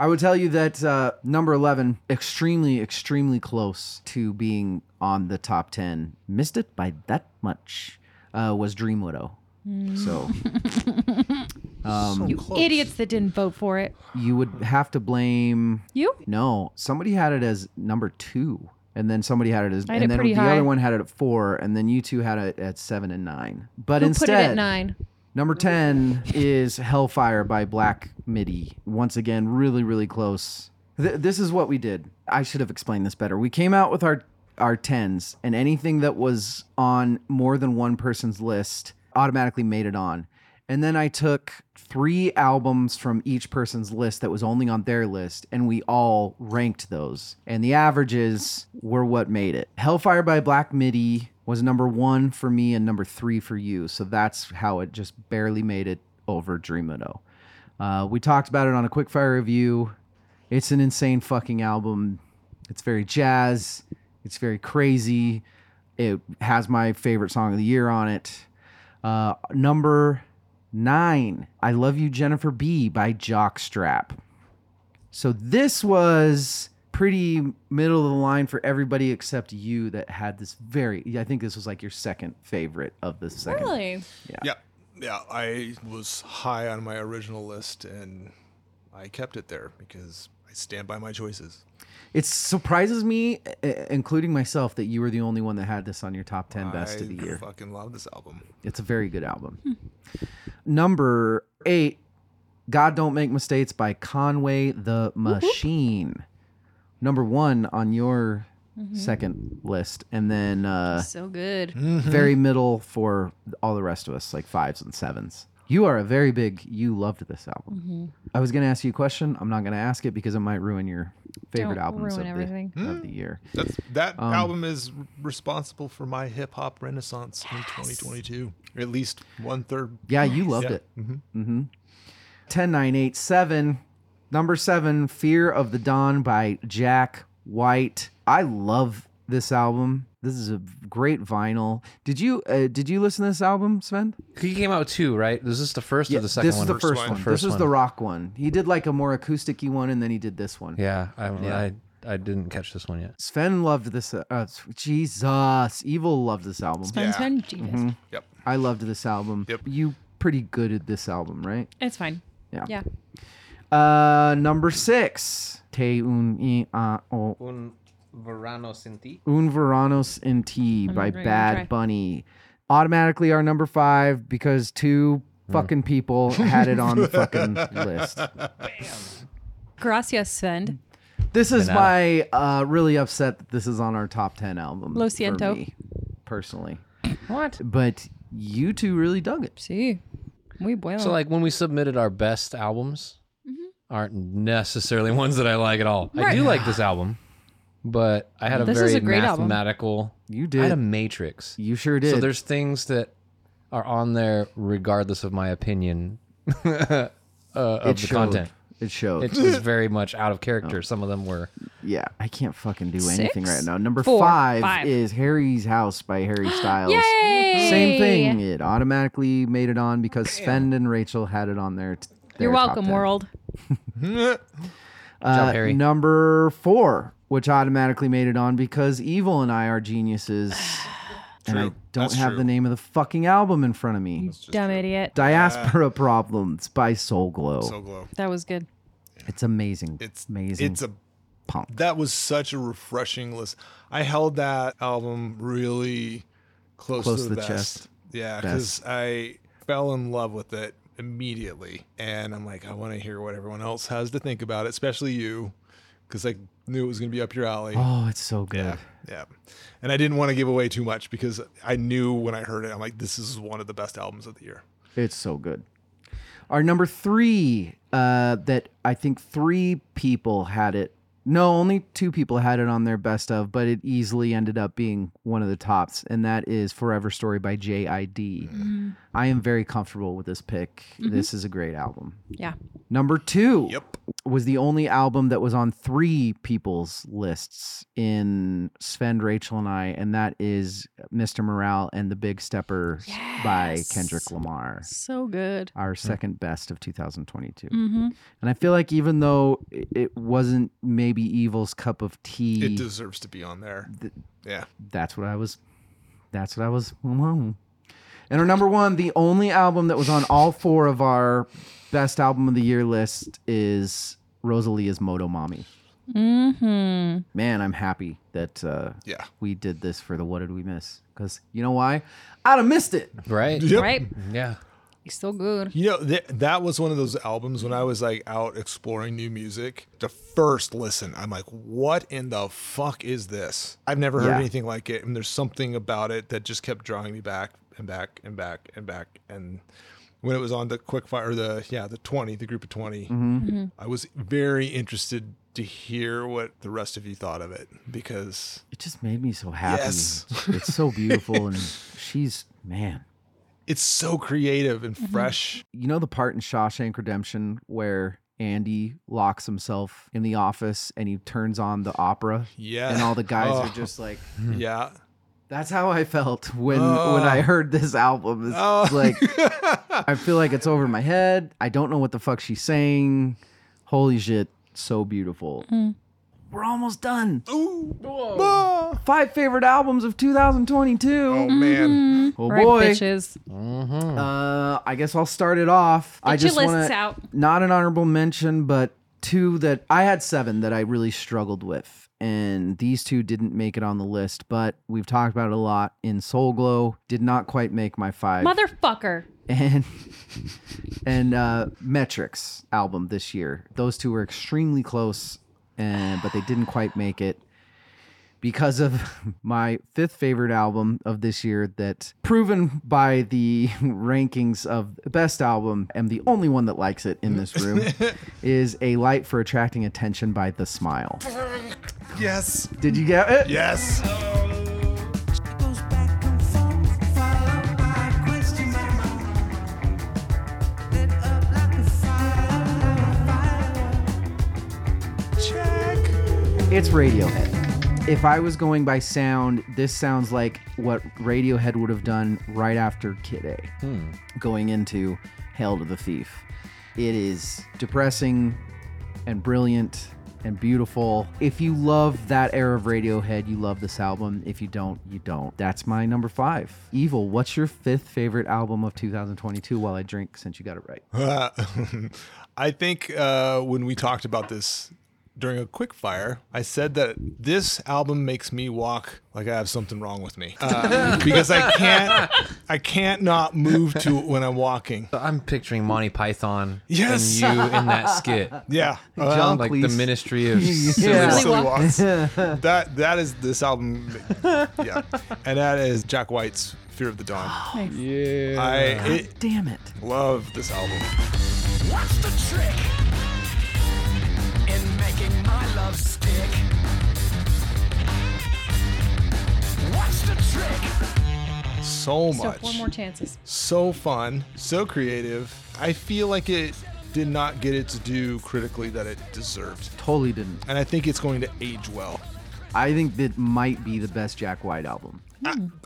I would tell you that uh, number 11, extremely, extremely close to being on the top 10, missed it by that much, uh, was Dream Widow. Hmm. [laughs] So so close. Idiots that didn't vote for it. you would have to blame. You? No, somebody had it as number two, and then somebody had it as. I had and it then pretty the high. other one had it at four, and then you two had it at seven and nine. But Who instead, put it at nine? Number 10 is Hellfire by Black MIDI. Once again, really, really close. Th- this is what we did. I should have explained this better. We came out with our our 10s, and anything that was on more than one person's list automatically made it on. And then I took three albums from each person's list that was only on their list, and we all ranked those. And the averages were what made it. Hellfire by Black MIDI was number one for me and number three for you. So that's how it just barely made it over Dream Widow. Uh, we talked about it on a quick fire review. It's an insane fucking album. It's very jazz. It's very crazy. It has my favorite song of the year on it. Uh, number nine, I Love You, Jennifer B by Jockstrap. So this was pretty middle of the line for everybody except you that had this very, I think this was like your second favorite of the second. Really? Yeah. Yeah. I was high on my original list and I kept it there because I stand by my choices. It surprises me, i- including myself, that you were the only one that had this on your top 10 best I of the year. fucking love this album. It's a very good album. Number eight, God Don't Make Mistakes by Conway the Machine. Number one on your Mm-hmm. second list. And then uh, So good. very middle for all the rest of us, like fives and sevens. You are a very big, you loved this album. Mm-hmm. I was going to ask you a question. I'm not going to ask it because it might ruin your favorite Don't albums ruin of everything. the, of the year. That's that Um, album is r- responsible for my hip hop renaissance in 2022. Or at least one third. Yeah, you loved Yeah. it. Mm-hmm. Mm-hmm. 10987. Number seven, Fear of the Dawn by Jack White. I love this album. This is a great vinyl. Did you uh, did you listen to this album, Sven? He came out with two, right? This is the first or the second this one? is the first one. First this is the rock one. He did like a more acoustic y one and then he did this one. Yeah, I, Yeah. I I didn't catch this one yet. Sven loved this. Uh, uh, Jesus. Evil loved this album. Sven, Sven, Jesus. Mhm. Yep. I loved this album. Yep. You pretty good at this album, right? It's fine. Yeah. Yeah. Uh, number six, E, Te un i a o Un verano sin ti. un oh, veranos in T I'm by not gonna try. Bad Bunny. Automatically our number five because two Hmm. fucking people had it [laughs] on the fucking list. Gracias, Sven. This is Then, uh, my uh, really upset that this is on our top ten album. Lo for siento. me, personally, What? but you two really dug it. See, muy bueno. So like when we submitted our best albums, aren't necessarily [laughs] ones that I like at all. I Mm-hmm. Right. do like this album, but I had a This is very a great album. mathematical. You I did. had a matrix. you sure did. So there's things that are on there regardless of my opinion [laughs] uh, of it the showed. Oh. content. It showed. [laughs] It's just very much out of character. Some of them were. Yeah, I can't fucking do anything Six? right now. Number Four. five, Five. is Harry's House by Harry [gasps] Styles. Yay! Same thing. It automatically made it on because Sven and Rachel had it on there. You're welcome, world. Uh, job, Harry. Number four, which automatically made it on because Evil and I are geniuses. [sighs] And I True. don't That's have true. the name of the fucking album in front of me. Dumb idiot. Diaspora Problems by Soul Glow. So glow. That was good. it's amazing. It's amazing. It's a punk. that was such a refreshing list. I held that album really close, Close to the, best. chest. Yeah, because I fell in love with it immediately, and I'm like, I want to hear what everyone else has to think about it, especially you, because I knew it was going to be up your alley. oh, it's so good. Yeah, yeah, and I didn't want to give away too much because I knew when I heard it, I'm like, this is one of the best albums of the year. It's so good. Our number three, uh, that I think three people had it. No, only two people had it on their best of, but it easily ended up being one of the tops, and that is Forever Story by J.I.D. Mm-hmm. I am very comfortable with this pick. This is a great album. Yeah. Number two Yep. was the only album that was on three people's lists in Sven, Rachel, and I, and that is Mr. Morale and the Big Stepper by Yes. Kendrick Lamar So good. our second best of 2022. Hmm. Mm-hmm. And I feel like even though i- it wasn't maybe Evil's cup of tea, It deserves to be on there. Th- yeah. that's what I was. That's what I was. mm-hmm. And our number one, the only album that was on all four of our best album of the year list is Rosalia's Moto Mommy. Mm-hmm. Man, I'm happy that uh, Yeah. we did this for the What Did We Miss? Because you know why? I'd have missed it. Right? Yep. Right? Yeah. It's so good. You know, th- that was one of those albums when I was like out exploring new music. The first listen, I'm like, what in the fuck is this? I've never heard Yeah. anything like it. And there's something about it that just kept drawing me back and back and back and back. And when it was on the quick fire, the, yeah, the 20, the group of 20, Mm-hmm. I was very interested to hear what the rest of you thought of it because It just made me so happy. Yes. [laughs] It's so beautiful. [laughs] and she's, man. it's so creative and fresh. Mm-hmm. you know the part in Shawshank Redemption where Andy locks himself in the office and he turns on the opera. Yeah. And all the guys Oh. are just like, [laughs] yeah. that's how I felt when when Oh. I heard this album. [laughs] It's Oh. [laughs] like I feel like it's over my head. I don't know what the fuck she's saying. Holy shit, so beautiful. Hmm. We're almost done. Oh, Five favorite albums of 2022. Oh man. Oh right, boy. bitches. Uh, I guess I'll start it off. I Get your just lists wanna, out. Not an honorable mention, but two that I had seven that I really struggled with, and these two didn't make it on the list. But we've talked about it a lot. In Soul Glow, did not quite make my five, Motherfucker. and [laughs] and uh, Metrics album this year. Those two were extremely close, and but they didn't quite make it. Because of [laughs] my fifth favorite album of this year, that proven by the [laughs] rankings of best album, am the only one that likes it in this room, is A Light for Attracting Attention by The Smile. Yes. Did you get it? Yes. It's Radiohead. If I was going by sound, this sounds like what Radiohead would have done right after Kid A, going into Hail to the Thief. It is depressing and brilliant and beautiful. If you love that era of Radiohead, you love this album. If you don't, you don't. That's my number five. Evil, what's your fifth favorite album of 2022 while I drink since you got it right? Uh, [laughs] I think uh, when we talked about this during a quick fire, I said that this album makes me walk like I have something wrong with me [laughs] uh, because I can't, I can't not move to it when I'm walking. I'm picturing Monty Python Yes. and you in that skit. Yeah, well, John like the Cleese. Ministry of Silly Yeah. Walk. silly [laughs] walks. that that is this album. Yeah, and that is Jack White's "Fear of the Dawn." yeah, I it, Damn it. love this album. What's the trick in making my love stick? What's the trick? So So much. four more chances. so fun, so creative. I feel like it did not get its due critically that it deserved. Totally didn't. And I think it's going to age well. I think that might be the best Jack White album.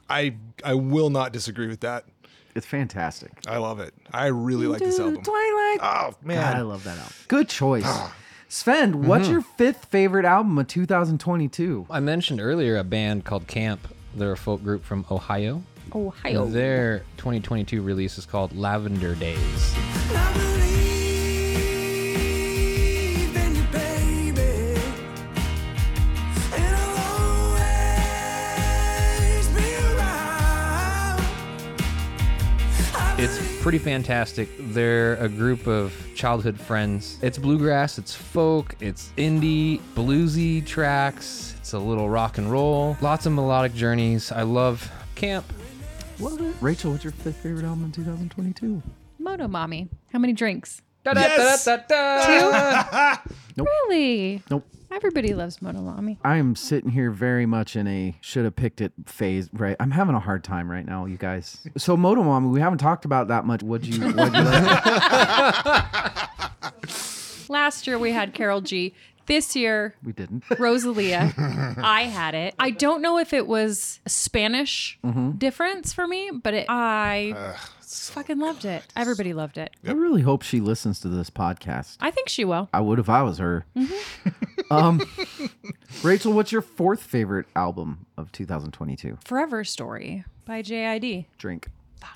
I I will not disagree with that. It's fantastic. I love it. I really like this album. Twilight. Oh God, I man. love that album. Mm-hmm. Good choice. Sven, what's your fifth favorite album of 2022? I mentioned earlier a band called Camp. They're a folk group from Ohio. Ohio. Their 2022 release is called Lavender Days. I believe in you, baby, and I'll always be around. I It's pretty fantastic. They're a group of childhood friends. It's bluegrass, it's folk, it's indie, bluesy tracks, it's a little rock and roll, lots of melodic journeys. I love Camp. Rachel, what's your fifth favorite album of 2022? Moto mommy. How many drinks? Yes! [laughs] Really? Nope. Everybody loves Moto mommy. I am sitting here very much in a should have picked it phase. Right, I'm having a hard time right now, you [laughs] guys. So Motomami, we haven't talked about that much. What [laughs] you? What'd you like? Last year we had Carol G. This year we didn't. [laughs] Rosalia. I had it. I don't know if it was a Spanish Mm-hmm. difference for me, but it, I fucking loved it. Everybody loved it. I really hope she listens to this podcast. I think she will. I would if I was her. [laughs] um, Rachel, what's your fourth favorite album of 2022? Forever Story by JID. Drink.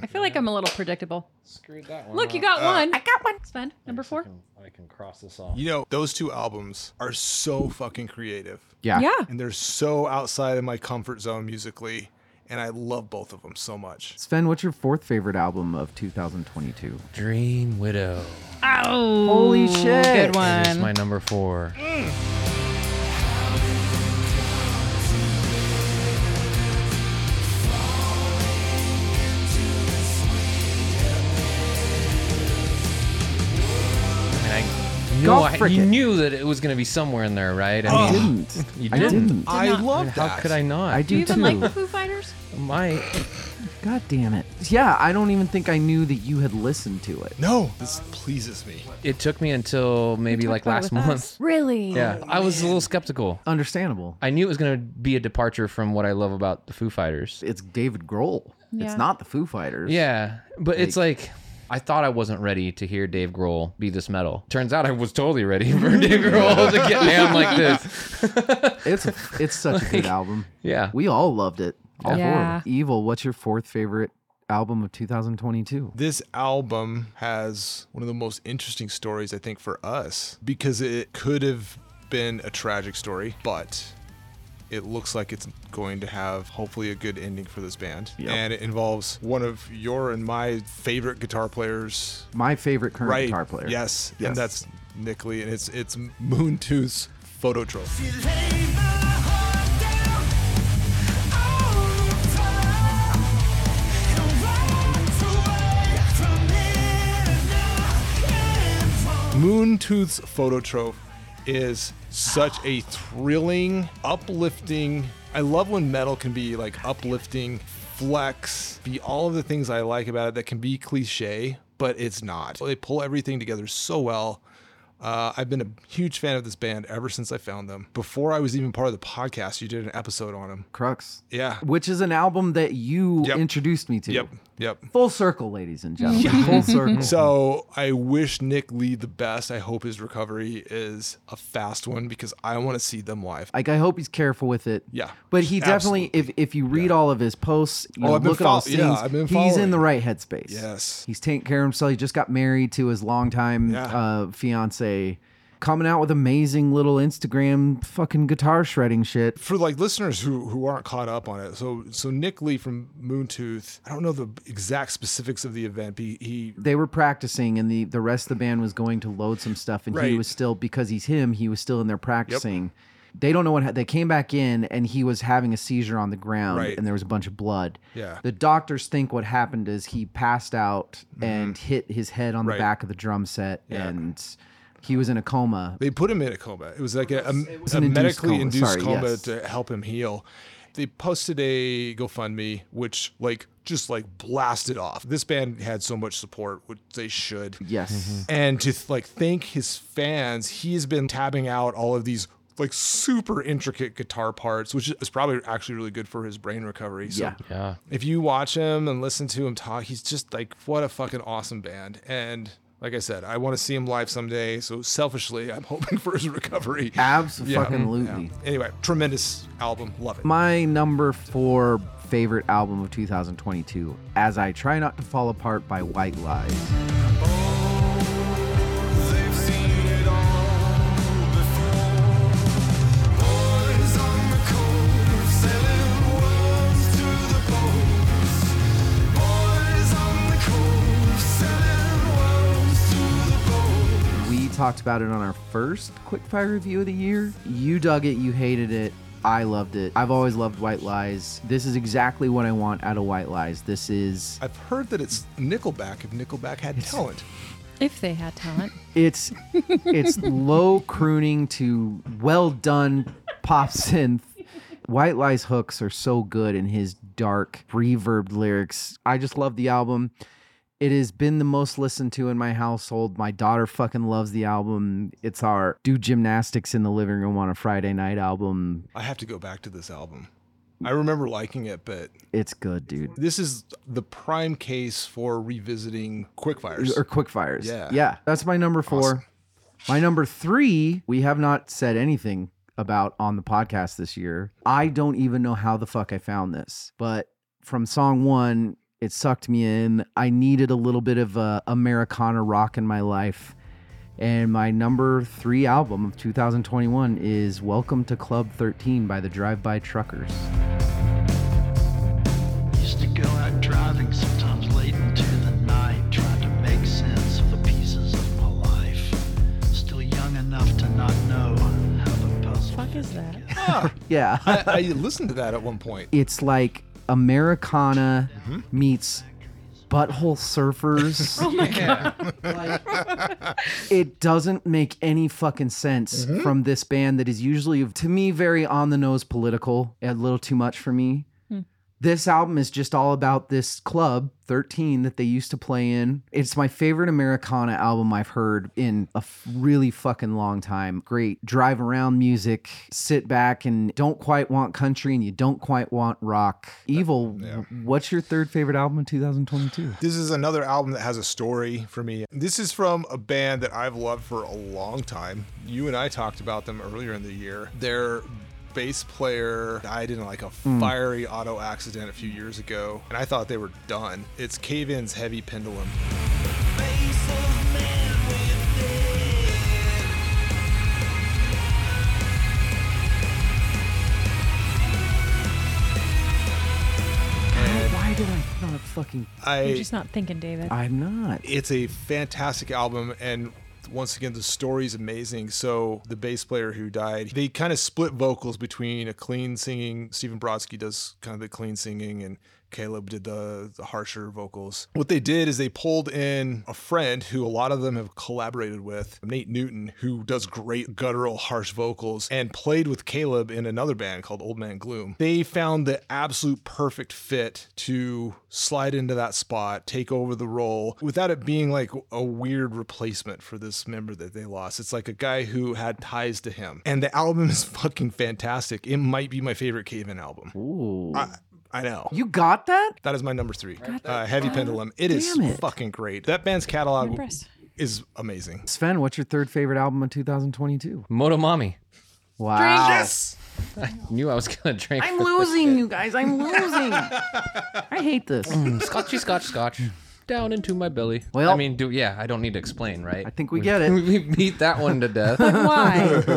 I feel like I'm a little predictable. Screwed that one. Look, you got one. I got one. Sven, number four. I can cross this off. You know, those two albums are so fucking creative. Yeah. Yeah. And they're so outside of my comfort zone musically. And I love both of them so much. Sven, what's your fourth favorite album of 2022? Dream Widow. Oh, Holy shit. Good This is one. my number four. And I knew Go I- frick you it. knew that it was going to be somewhere in there, right? I Oh. I mean, didn't. you I didn't. I love How that. could I not? I Do you do even too. like the Foo Fighters? My God damn it. Yeah, I don't even think I knew that you had listened to it. No, this pleases me. It took me until maybe talked like about it last with us. Oh, month. Really? Yeah, I was a little skeptical. Understandable. I knew it was going to be a departure from what I love about the Foo Fighters. It's David Grohl. Yeah. It's not the Foo Fighters. Yeah, but it's like I thought I wasn't ready to hear Dave Grohl be this metal. Turns out I was totally ready [laughs] for Dave Grohl to get down like this. It's it's such a [laughs] good album. Yeah. We all loved it. All four Yeah. of them. Evil, what's your fourth favorite album of 2022? This album has one of the most interesting stories, I think, for us because it could have been a tragic story, but it looks like it's going to have hopefully a good ending for this band. Yep. And it involves one of your and my favorite guitar players, My favorite current right? guitar player. Yes, Yes. and that's Nick Lee, and it's it's Moontooth's Phototroph. Moontooth's Phototrope is such a thrilling, uplifting. I love when metal can be like uplifting, flex, be all of the things I like about it that can be cliche, but it's not. They pull everything together so well. Uh, I've been a huge fan of this band ever since I found them. Before I was even part of the podcast, you did an episode on them. Crux. Yeah. Which is an album that you Yep. introduced me to. Yep. Yep. Full circle, ladies and [laughs] gentlemen. Full circle. So I wish Nick Lee the best. I hope his recovery is a fast one because I want to see them live. Like I hope he's careful with it. Yeah, But he definitely if if you read all of his posts, you Oh, know, I've been look at all fol- his yeah, things, I've been he's in following. the right headspace. Yes. He's taking care of himself. He just got married to his longtime Yeah. uh fiance. Coming out with amazing little Instagram fucking guitar shredding shit. for like listeners who who aren't caught up on it. So so Nick Lee from Moontooth, I don't know the exact specifics of the event. But he, he They were practicing and the the rest of the band was going to load some stuff and he Right. was still because he's him, he was still in there practicing. They don't know what ha- they came back in and he was having a seizure on the ground Right. and there was a bunch of blood. yeah. The doctors think what happened is he passed out and hit his head on Mm-hmm. Right. the back of the drum set Yeah. and he was in a coma. They put him in a coma. It was like a, a, was a an induced medically coma. induced Sorry, coma yes. to help him heal. They posted a GoFundMe, which like just like blasted off. This band had so much support, which they should. Yes. and to like thank his fans he's been tabbing out all of these like super intricate guitar parts which is probably actually really good for his brain recovery so Yeah. Yeah. if you watch him and listen to him talk he's just like what a fucking awesome band and like i said i want to see him live someday so selfishly i'm [laughs] hoping for his recovery Absolutely. anyway tremendous album love it My number four favorite album of 2022, As I Try Not to Fall Apart by White Lies. We talked about it on our first quickfire review of the year. You dug it, you hated it. I loved it. I've always loved White Lies. This is exactly what I want out of White Lies. This is i've heard that it's nickelback if nickelback had talent If they had talent. it's it's low crooning to well done pop synth. White Lies hooks are so good in his dark reverb lyrics. I just love the album. It has been the most listened to in my household. My daughter fucking loves the album. It's our do gymnastics in the living room on a Friday night album. i have to go back to this album i remember liking it but It's good, dude. This is the prime case for revisiting quickfires. Or quick fires. Yeah. Yeah. That's my number four. Awesome. My number three, we have not said anything about on the podcast this year. I don't even know how the fuck I found this, but from song one, it sucked me in. I needed a little bit of uh, Americana rock in my life. And my number three album of 2021 is Welcome to Club 13 by the Drive By Truckers. Used to go out driving sometimes late into the night, trying to make sense of the pieces of my life. Still young enough to not know how the puzzle. Fuck is that? Yeah. [laughs] I, I listened to that at one point. it's like Americana meets butthole surfers. [laughs] oh my god! it doesn't make any fucking sense from this band that is usually, to me, very on the nose political, a little too much for me. This album is just all about this club 13 that they used to play in. It's my favorite Americana album I've heard in a f- really fucking long time. Great drive around music, sit back and don't quite want country and you don't quite want rock. Evil, what's your third favorite album of 2022? This is another album that has a story for me. This is from a band that I've loved for a long time. You and I talked about them earlier in the year. Their bass player died in like a Hmm. fiery auto accident a few years ago, and I thought they were done. It's Cave In's Heavy Pendulum. Why did I not fucking. I You're just not thinking, David. I'm not. It's a fantastic album and once again the story's amazing. So the bass player who died, they kind of split vocals between a clean singing, Stephen Brodsky does kind of the clean singing and Caleb did the, the harsher vocals. What they did is they pulled in a friend who a lot of them have collaborated with, Nate Newton, who does great guttural, harsh vocals, and played with Caleb in another band called Old Man Gloom. They found the absolute perfect fit to slide into that spot, take over the role without it being like a weird replacement for this member that they lost. It's like a guy who had ties to him. And the album is [laughs] fucking fantastic. It might be my favorite Cave In album. Ooh. I, I know. You got that? That is my number three. God Uh, Heavy damn Pendulum. It is it. fucking great. That band's catalog impressed. is amazing. Sven, what's your third favorite album of 2022? Motomami. Wow. I knew I was gonna drink. I'm for this losing bit. you guys. I'm losing. I hate this. Mm, scotchy scotch scotch down into my belly. Well, I mean, do yeah, I don't need to explain, right? I think we get it. [laughs] We beat that one to death. [laughs] [laughs]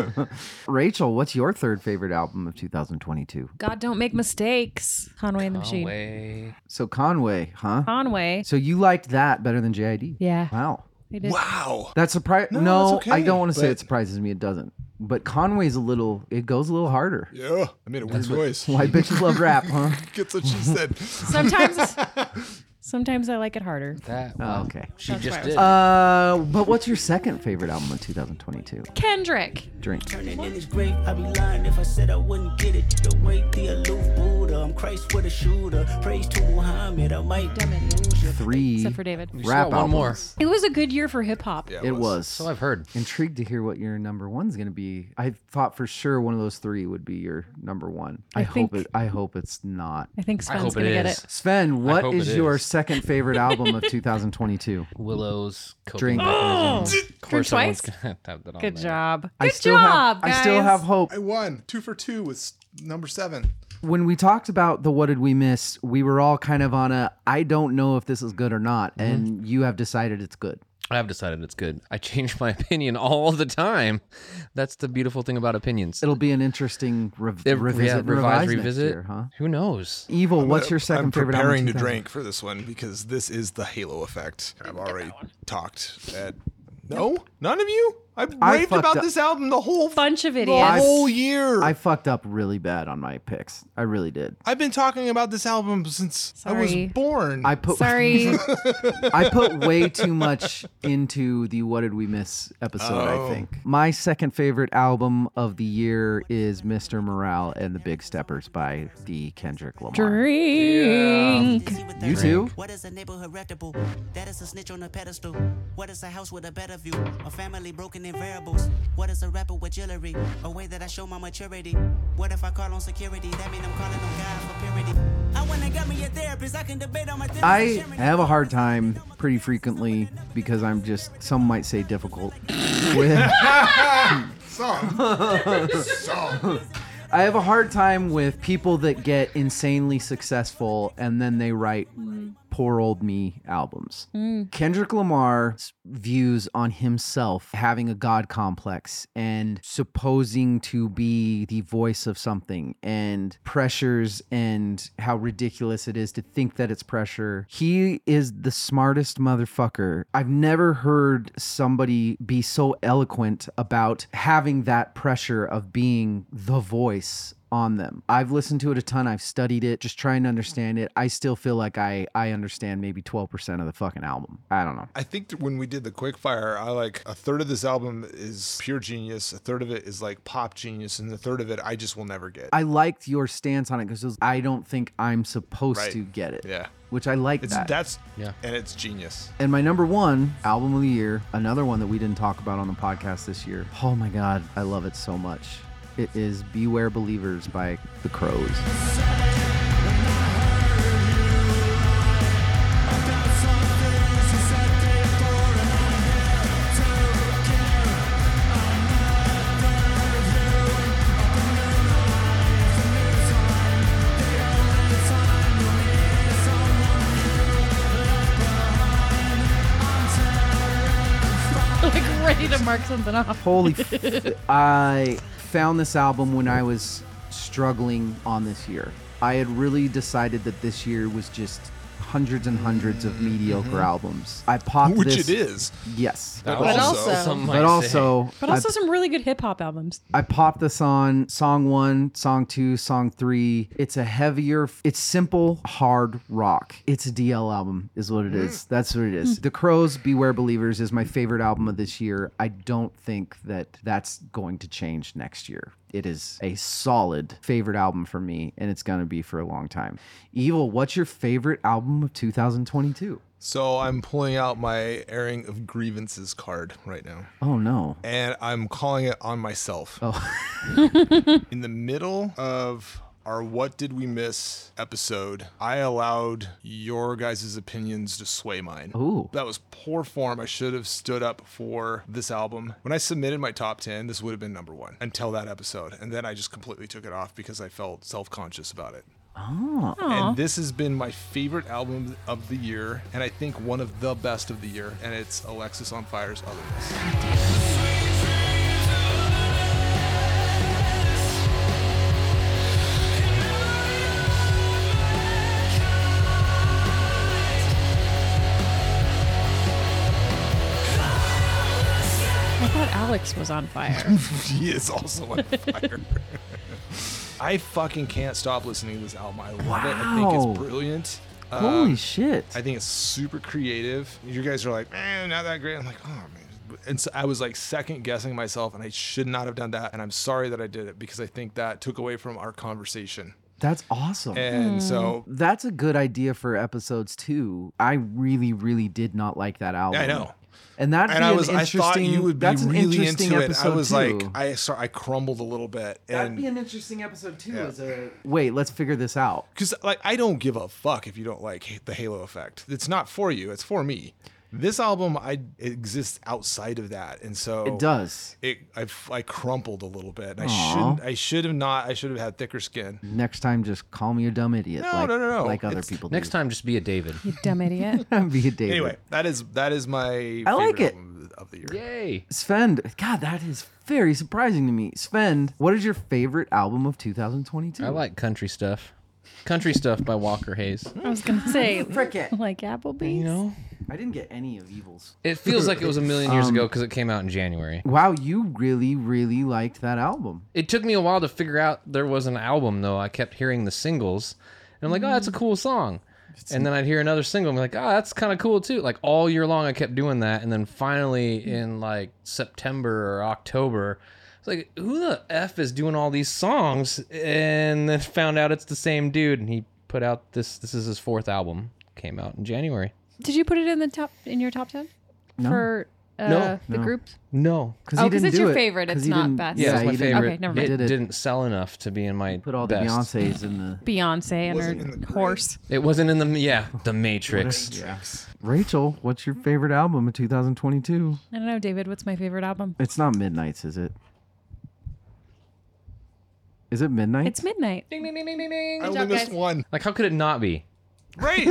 Rachel, what's your third favorite album of 2022? God, don't make mistakes. Conway and the Machine. Conway. So Conway, huh? [laughs] Conway. So you liked that better than JID? Yeah. Wow. They did. Wow. That surprise? No, No, it's I okay, don't want to say but- it surprises me. It doesn't. But Conway's a little. It goes a little harder. Yeah, I made a weird That's what- voice. Why bitches love rap, [laughs] huh? That's [laughs] what she said. Sometimes, sometimes I like it harder. That. Oh, okay. She That's just why I was- Uh, did. but what's your second favorite album of 2022? Kendrick. Drink. Turning in his grave, I'd be lying if I said I wouldn't get it. The way the aloof Buddha, I'm Christ with a shooter. Praise to Muhammad, I might lose ya. Three. Except for David. We still Rap got one more. albums. It was a good year for hip hop. it, was. So I've heard. Intrigued to hear what your number one's going to be. I thought for sure one of those three would be your number one. I, I hope think- it. I hope it's not. I think I Sven's hope gonna it get is. it. Sven, I what hope is, it your is. second favorite album [laughs] of 2022? Willows. coping Drink. [gasps] mechanism. Oh! Of Drink course, twice? someone's gonna [laughs] have that on Good there. job. I Good still have- job, I still guys. have hope. I won. Two for two with number seven. When we talked about the what did we miss, we were all kind of on a I don't know if this is good or not, Mm-hmm. and you have decided it's good. I've decided it's good. I change my [laughs] opinion all the time. That's the beautiful thing about opinions. It'll be an interesting rev- It- yeah, revisit, revise, revise next revisit. year, huh? Who knows? Evil, what's your I'm second favorite album? preparing of to 2000? drink for this one because this is the Halo effect. I've already talked at. No, none of you. I I raved fucked about up. this album the whole bunch of The whole year. I fucked up really bad on my picks. I really did. I've been talking about this album since I Sorry. was born. I put [laughs] I put way too much into the what did we miss episode, Oh. I think. My second favorite album of the year is Mr. Morale and the Big Steppers by D. Kendrick Lamar. [laughs] Drink. You too? What is a neighborhood reputable? That is a snitch on a pedestal. What is a house with a better view? A family broken in variables. What is a rapper with jewelry? A way that I show my maturity. What if I call on security? That mean I'm calling on God for purity. I wanna get me a therapist. I can debate on my therapist. I have a hard time pretty frequently because I'm just some might say difficult [laughs] with Song. Song. I have a hard time with people that get insanely successful and then they write poor old me albums. Mm. Kendrick Lamar's views on himself having a God complex and supposing to be the voice of something and pressures and how ridiculous it is to think that it's pressure. He is the smartest motherfucker. I've never heard somebody be so eloquent about having that pressure of being the voice on them. I've listened to it a ton. I've studied it, just trying to understand it. I still feel like I I understand maybe 12% of the fucking album. I don't know. [laughs] I think that when we did the quickfire, I like a third of this album is pure genius, a third of it is like pop genius, and the third of it I just will never get. I liked your stance on it because I don't think I'm supposed Right. to get it. Yeah. Which I like It's that. that's yeah, and it's genius. And my number one album of the year, another one that we didn't talk about on the podcast this year. Oh my God, I love it so much. It is Beware Believers by The Crows. like ready to mark something off. Holy, f- I found this album when I was struggling on this year. I had really decided that this year was just hundreds and hundreds of mediocre Mhm. albums. I popped Which this- it is. Yes. But But also- also- some might but also, say. But also I- some really good hip hop albums. I popped this on song one, song two, song three. It's a heavier, it's simple, hard rock. It's a DL album, is what it is. That's what it is. The Crows, Beware Believers, is my favorite album of this year. I don't think that that's going to change next year. It is a solid favorite album for me, and it's going to be for a long time. Evil, what's your favorite album of 2022? So I'm pulling out my airing of grievances card right now. Oh, no. And I'm calling it on myself. Oh. [laughs] In the middle of our What Did We Miss episode, I allowed your guys' opinions to sway mine. Ooh. That was poor form. I should have stood up for this album. When I submitted my top 10, this would have been number one until that episode. And then I just completely took it off because I felt self conscious about it. Oh. And this has been my favorite album of the year, and I think one of the best of the year, and it's Alexis on Fire's [laughs] Otherness. I thought Alex was on fire. he is also [laughs] on fire. [laughs] I fucking can't stop listening to this album. I love it. I think Wow. it's brilliant. Holy Um, shit. I think it's super creative. You guys are like, eh, not that great. I'm like, oh man. And so I was like second guessing myself, and I should not have done that. And I'm sorry that I did it because I think that took away from our conversation. That's Eh, awesome. And so- that's a good idea for episodes too. I really, really did not like that album. Yeah, I know. And that and I was, I interesting. thought you would be that's an really interesting into it. episode I was too. like, I saw, I crumbled a little bit, That'd and be an interesting episode too. Yeah. As a wait, let's figure this out. because like I don't give a fuck if you don't like the Halo effect. It's not for you. It's for me. This album, I it exists outside of that, and so It does. It I, I crumpled a little bit. And I Aw. Mm-hmm. shouldn't. I should have not. I should have had thicker skin. Next time, just call me a dumb idiot. No, like, no, no, no. Like other It's- people. next time, just be a David. you dumb idiot. [laughs] be a David. Anyway, that is that is my. I like it. favorite album of the year. Yay! Sven, God, that is very surprising to me. Sven, what is your favorite album of 2022? I like country stuff. Country stuff by Walker Hayes. I was [laughs] gonna say, Cricket. like Applebee's. You know, I didn't get any of Evil's. It feels like it was a million years Um, ago because it came out in January. Wow, you really, really liked that album. It took me a while to figure out there was an album though. I kept hearing the singles, and I'm like, oh, that's a cool song. And then I'd hear another single, and I'm like, oh, that's kind of cool too. Like all year long, I kept doing that, and then finally in like September or October, it's like, who the f is doing all these songs? And then [laughs] found out it's the same dude, and he put out this. This is his fourth album. Came out in January. Did you put it in the top in your top ten No. for uh, No. the No. groups? No, Oh, because it's your favorite. It's not best. Yeah, it's my he didn't- favorite. Okay, never It mind. Did it. didn't sell enough to be in my Put all the best. Beyonce's in the. Beyonce Wasn't in and her horse. It wasn't in the yeah [laughs] the Matrix. Rachel, what's your favorite album of 2022? I don't know, David. What's my favorite album? It's not Midnight's, is it? Is it Midnight? It's midnight. Ding ding ding ding ding ding. I only missed one. [laughs] Like how could it not be? Right.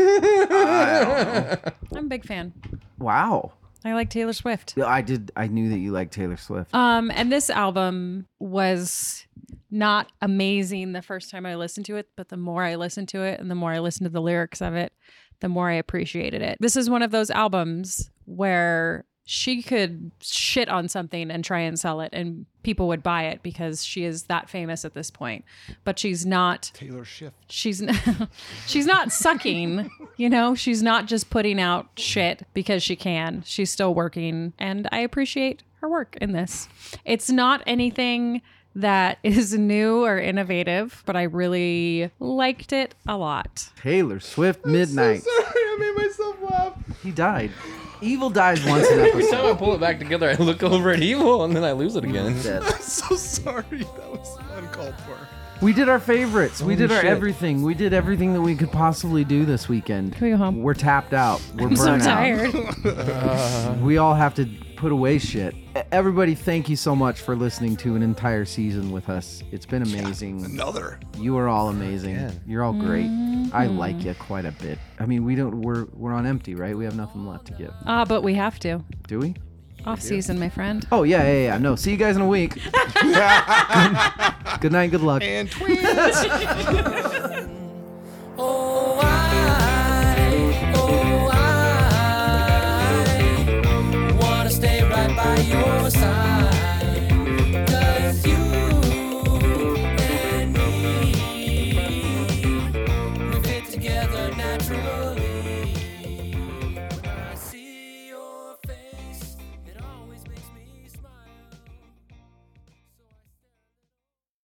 I'm a big fan. wow. I like Taylor Swift. Yeah, I did. I knew that you liked Taylor Swift. Um, and this album was not amazing the first time I listened to it, but the more I listened to it and the more I listened to the lyrics of it, the more I appreciated it. This is one of those albums where she could shit on something and try and sell it and people would buy it because she is that famous at this point. But she's not Taylor Swift. She's n- [laughs] she's not sucking, you know, she's not just putting out shit because she can. She's still working and I appreciate her work in this. It's not anything that [laughs] is new or innovative, but I really liked it a lot. Taylor Swift Midnight. I made myself laugh. [laughs] he died. Evil dies once an [laughs] Every time episode. I pull it back together, I look over at evil and then I lose it again. I'm so sorry. That was uncalled for. We did our favorites. Holy we did our shit. everything. We did everything that we could possibly do this weekend. Can we go home? We're tapped out. We're I'm so burnt out. tired. we all have to put away shit. E, Everybody, thank you so much for listening to an entire season with us. It's been amazing. another. You are all amazing. You're all great. I like you quite a bit. I mean, we don't. We're we're on empty, right? We have nothing left to give. Ah, but we have to. Do we? Off season, my friend. Oh yeah, yeah, yeah. No. See you guys in a week. good night. Good luck. And Oh, I, oh, I wanna stay right by your side. 'Cause you and me, we fit together naturally.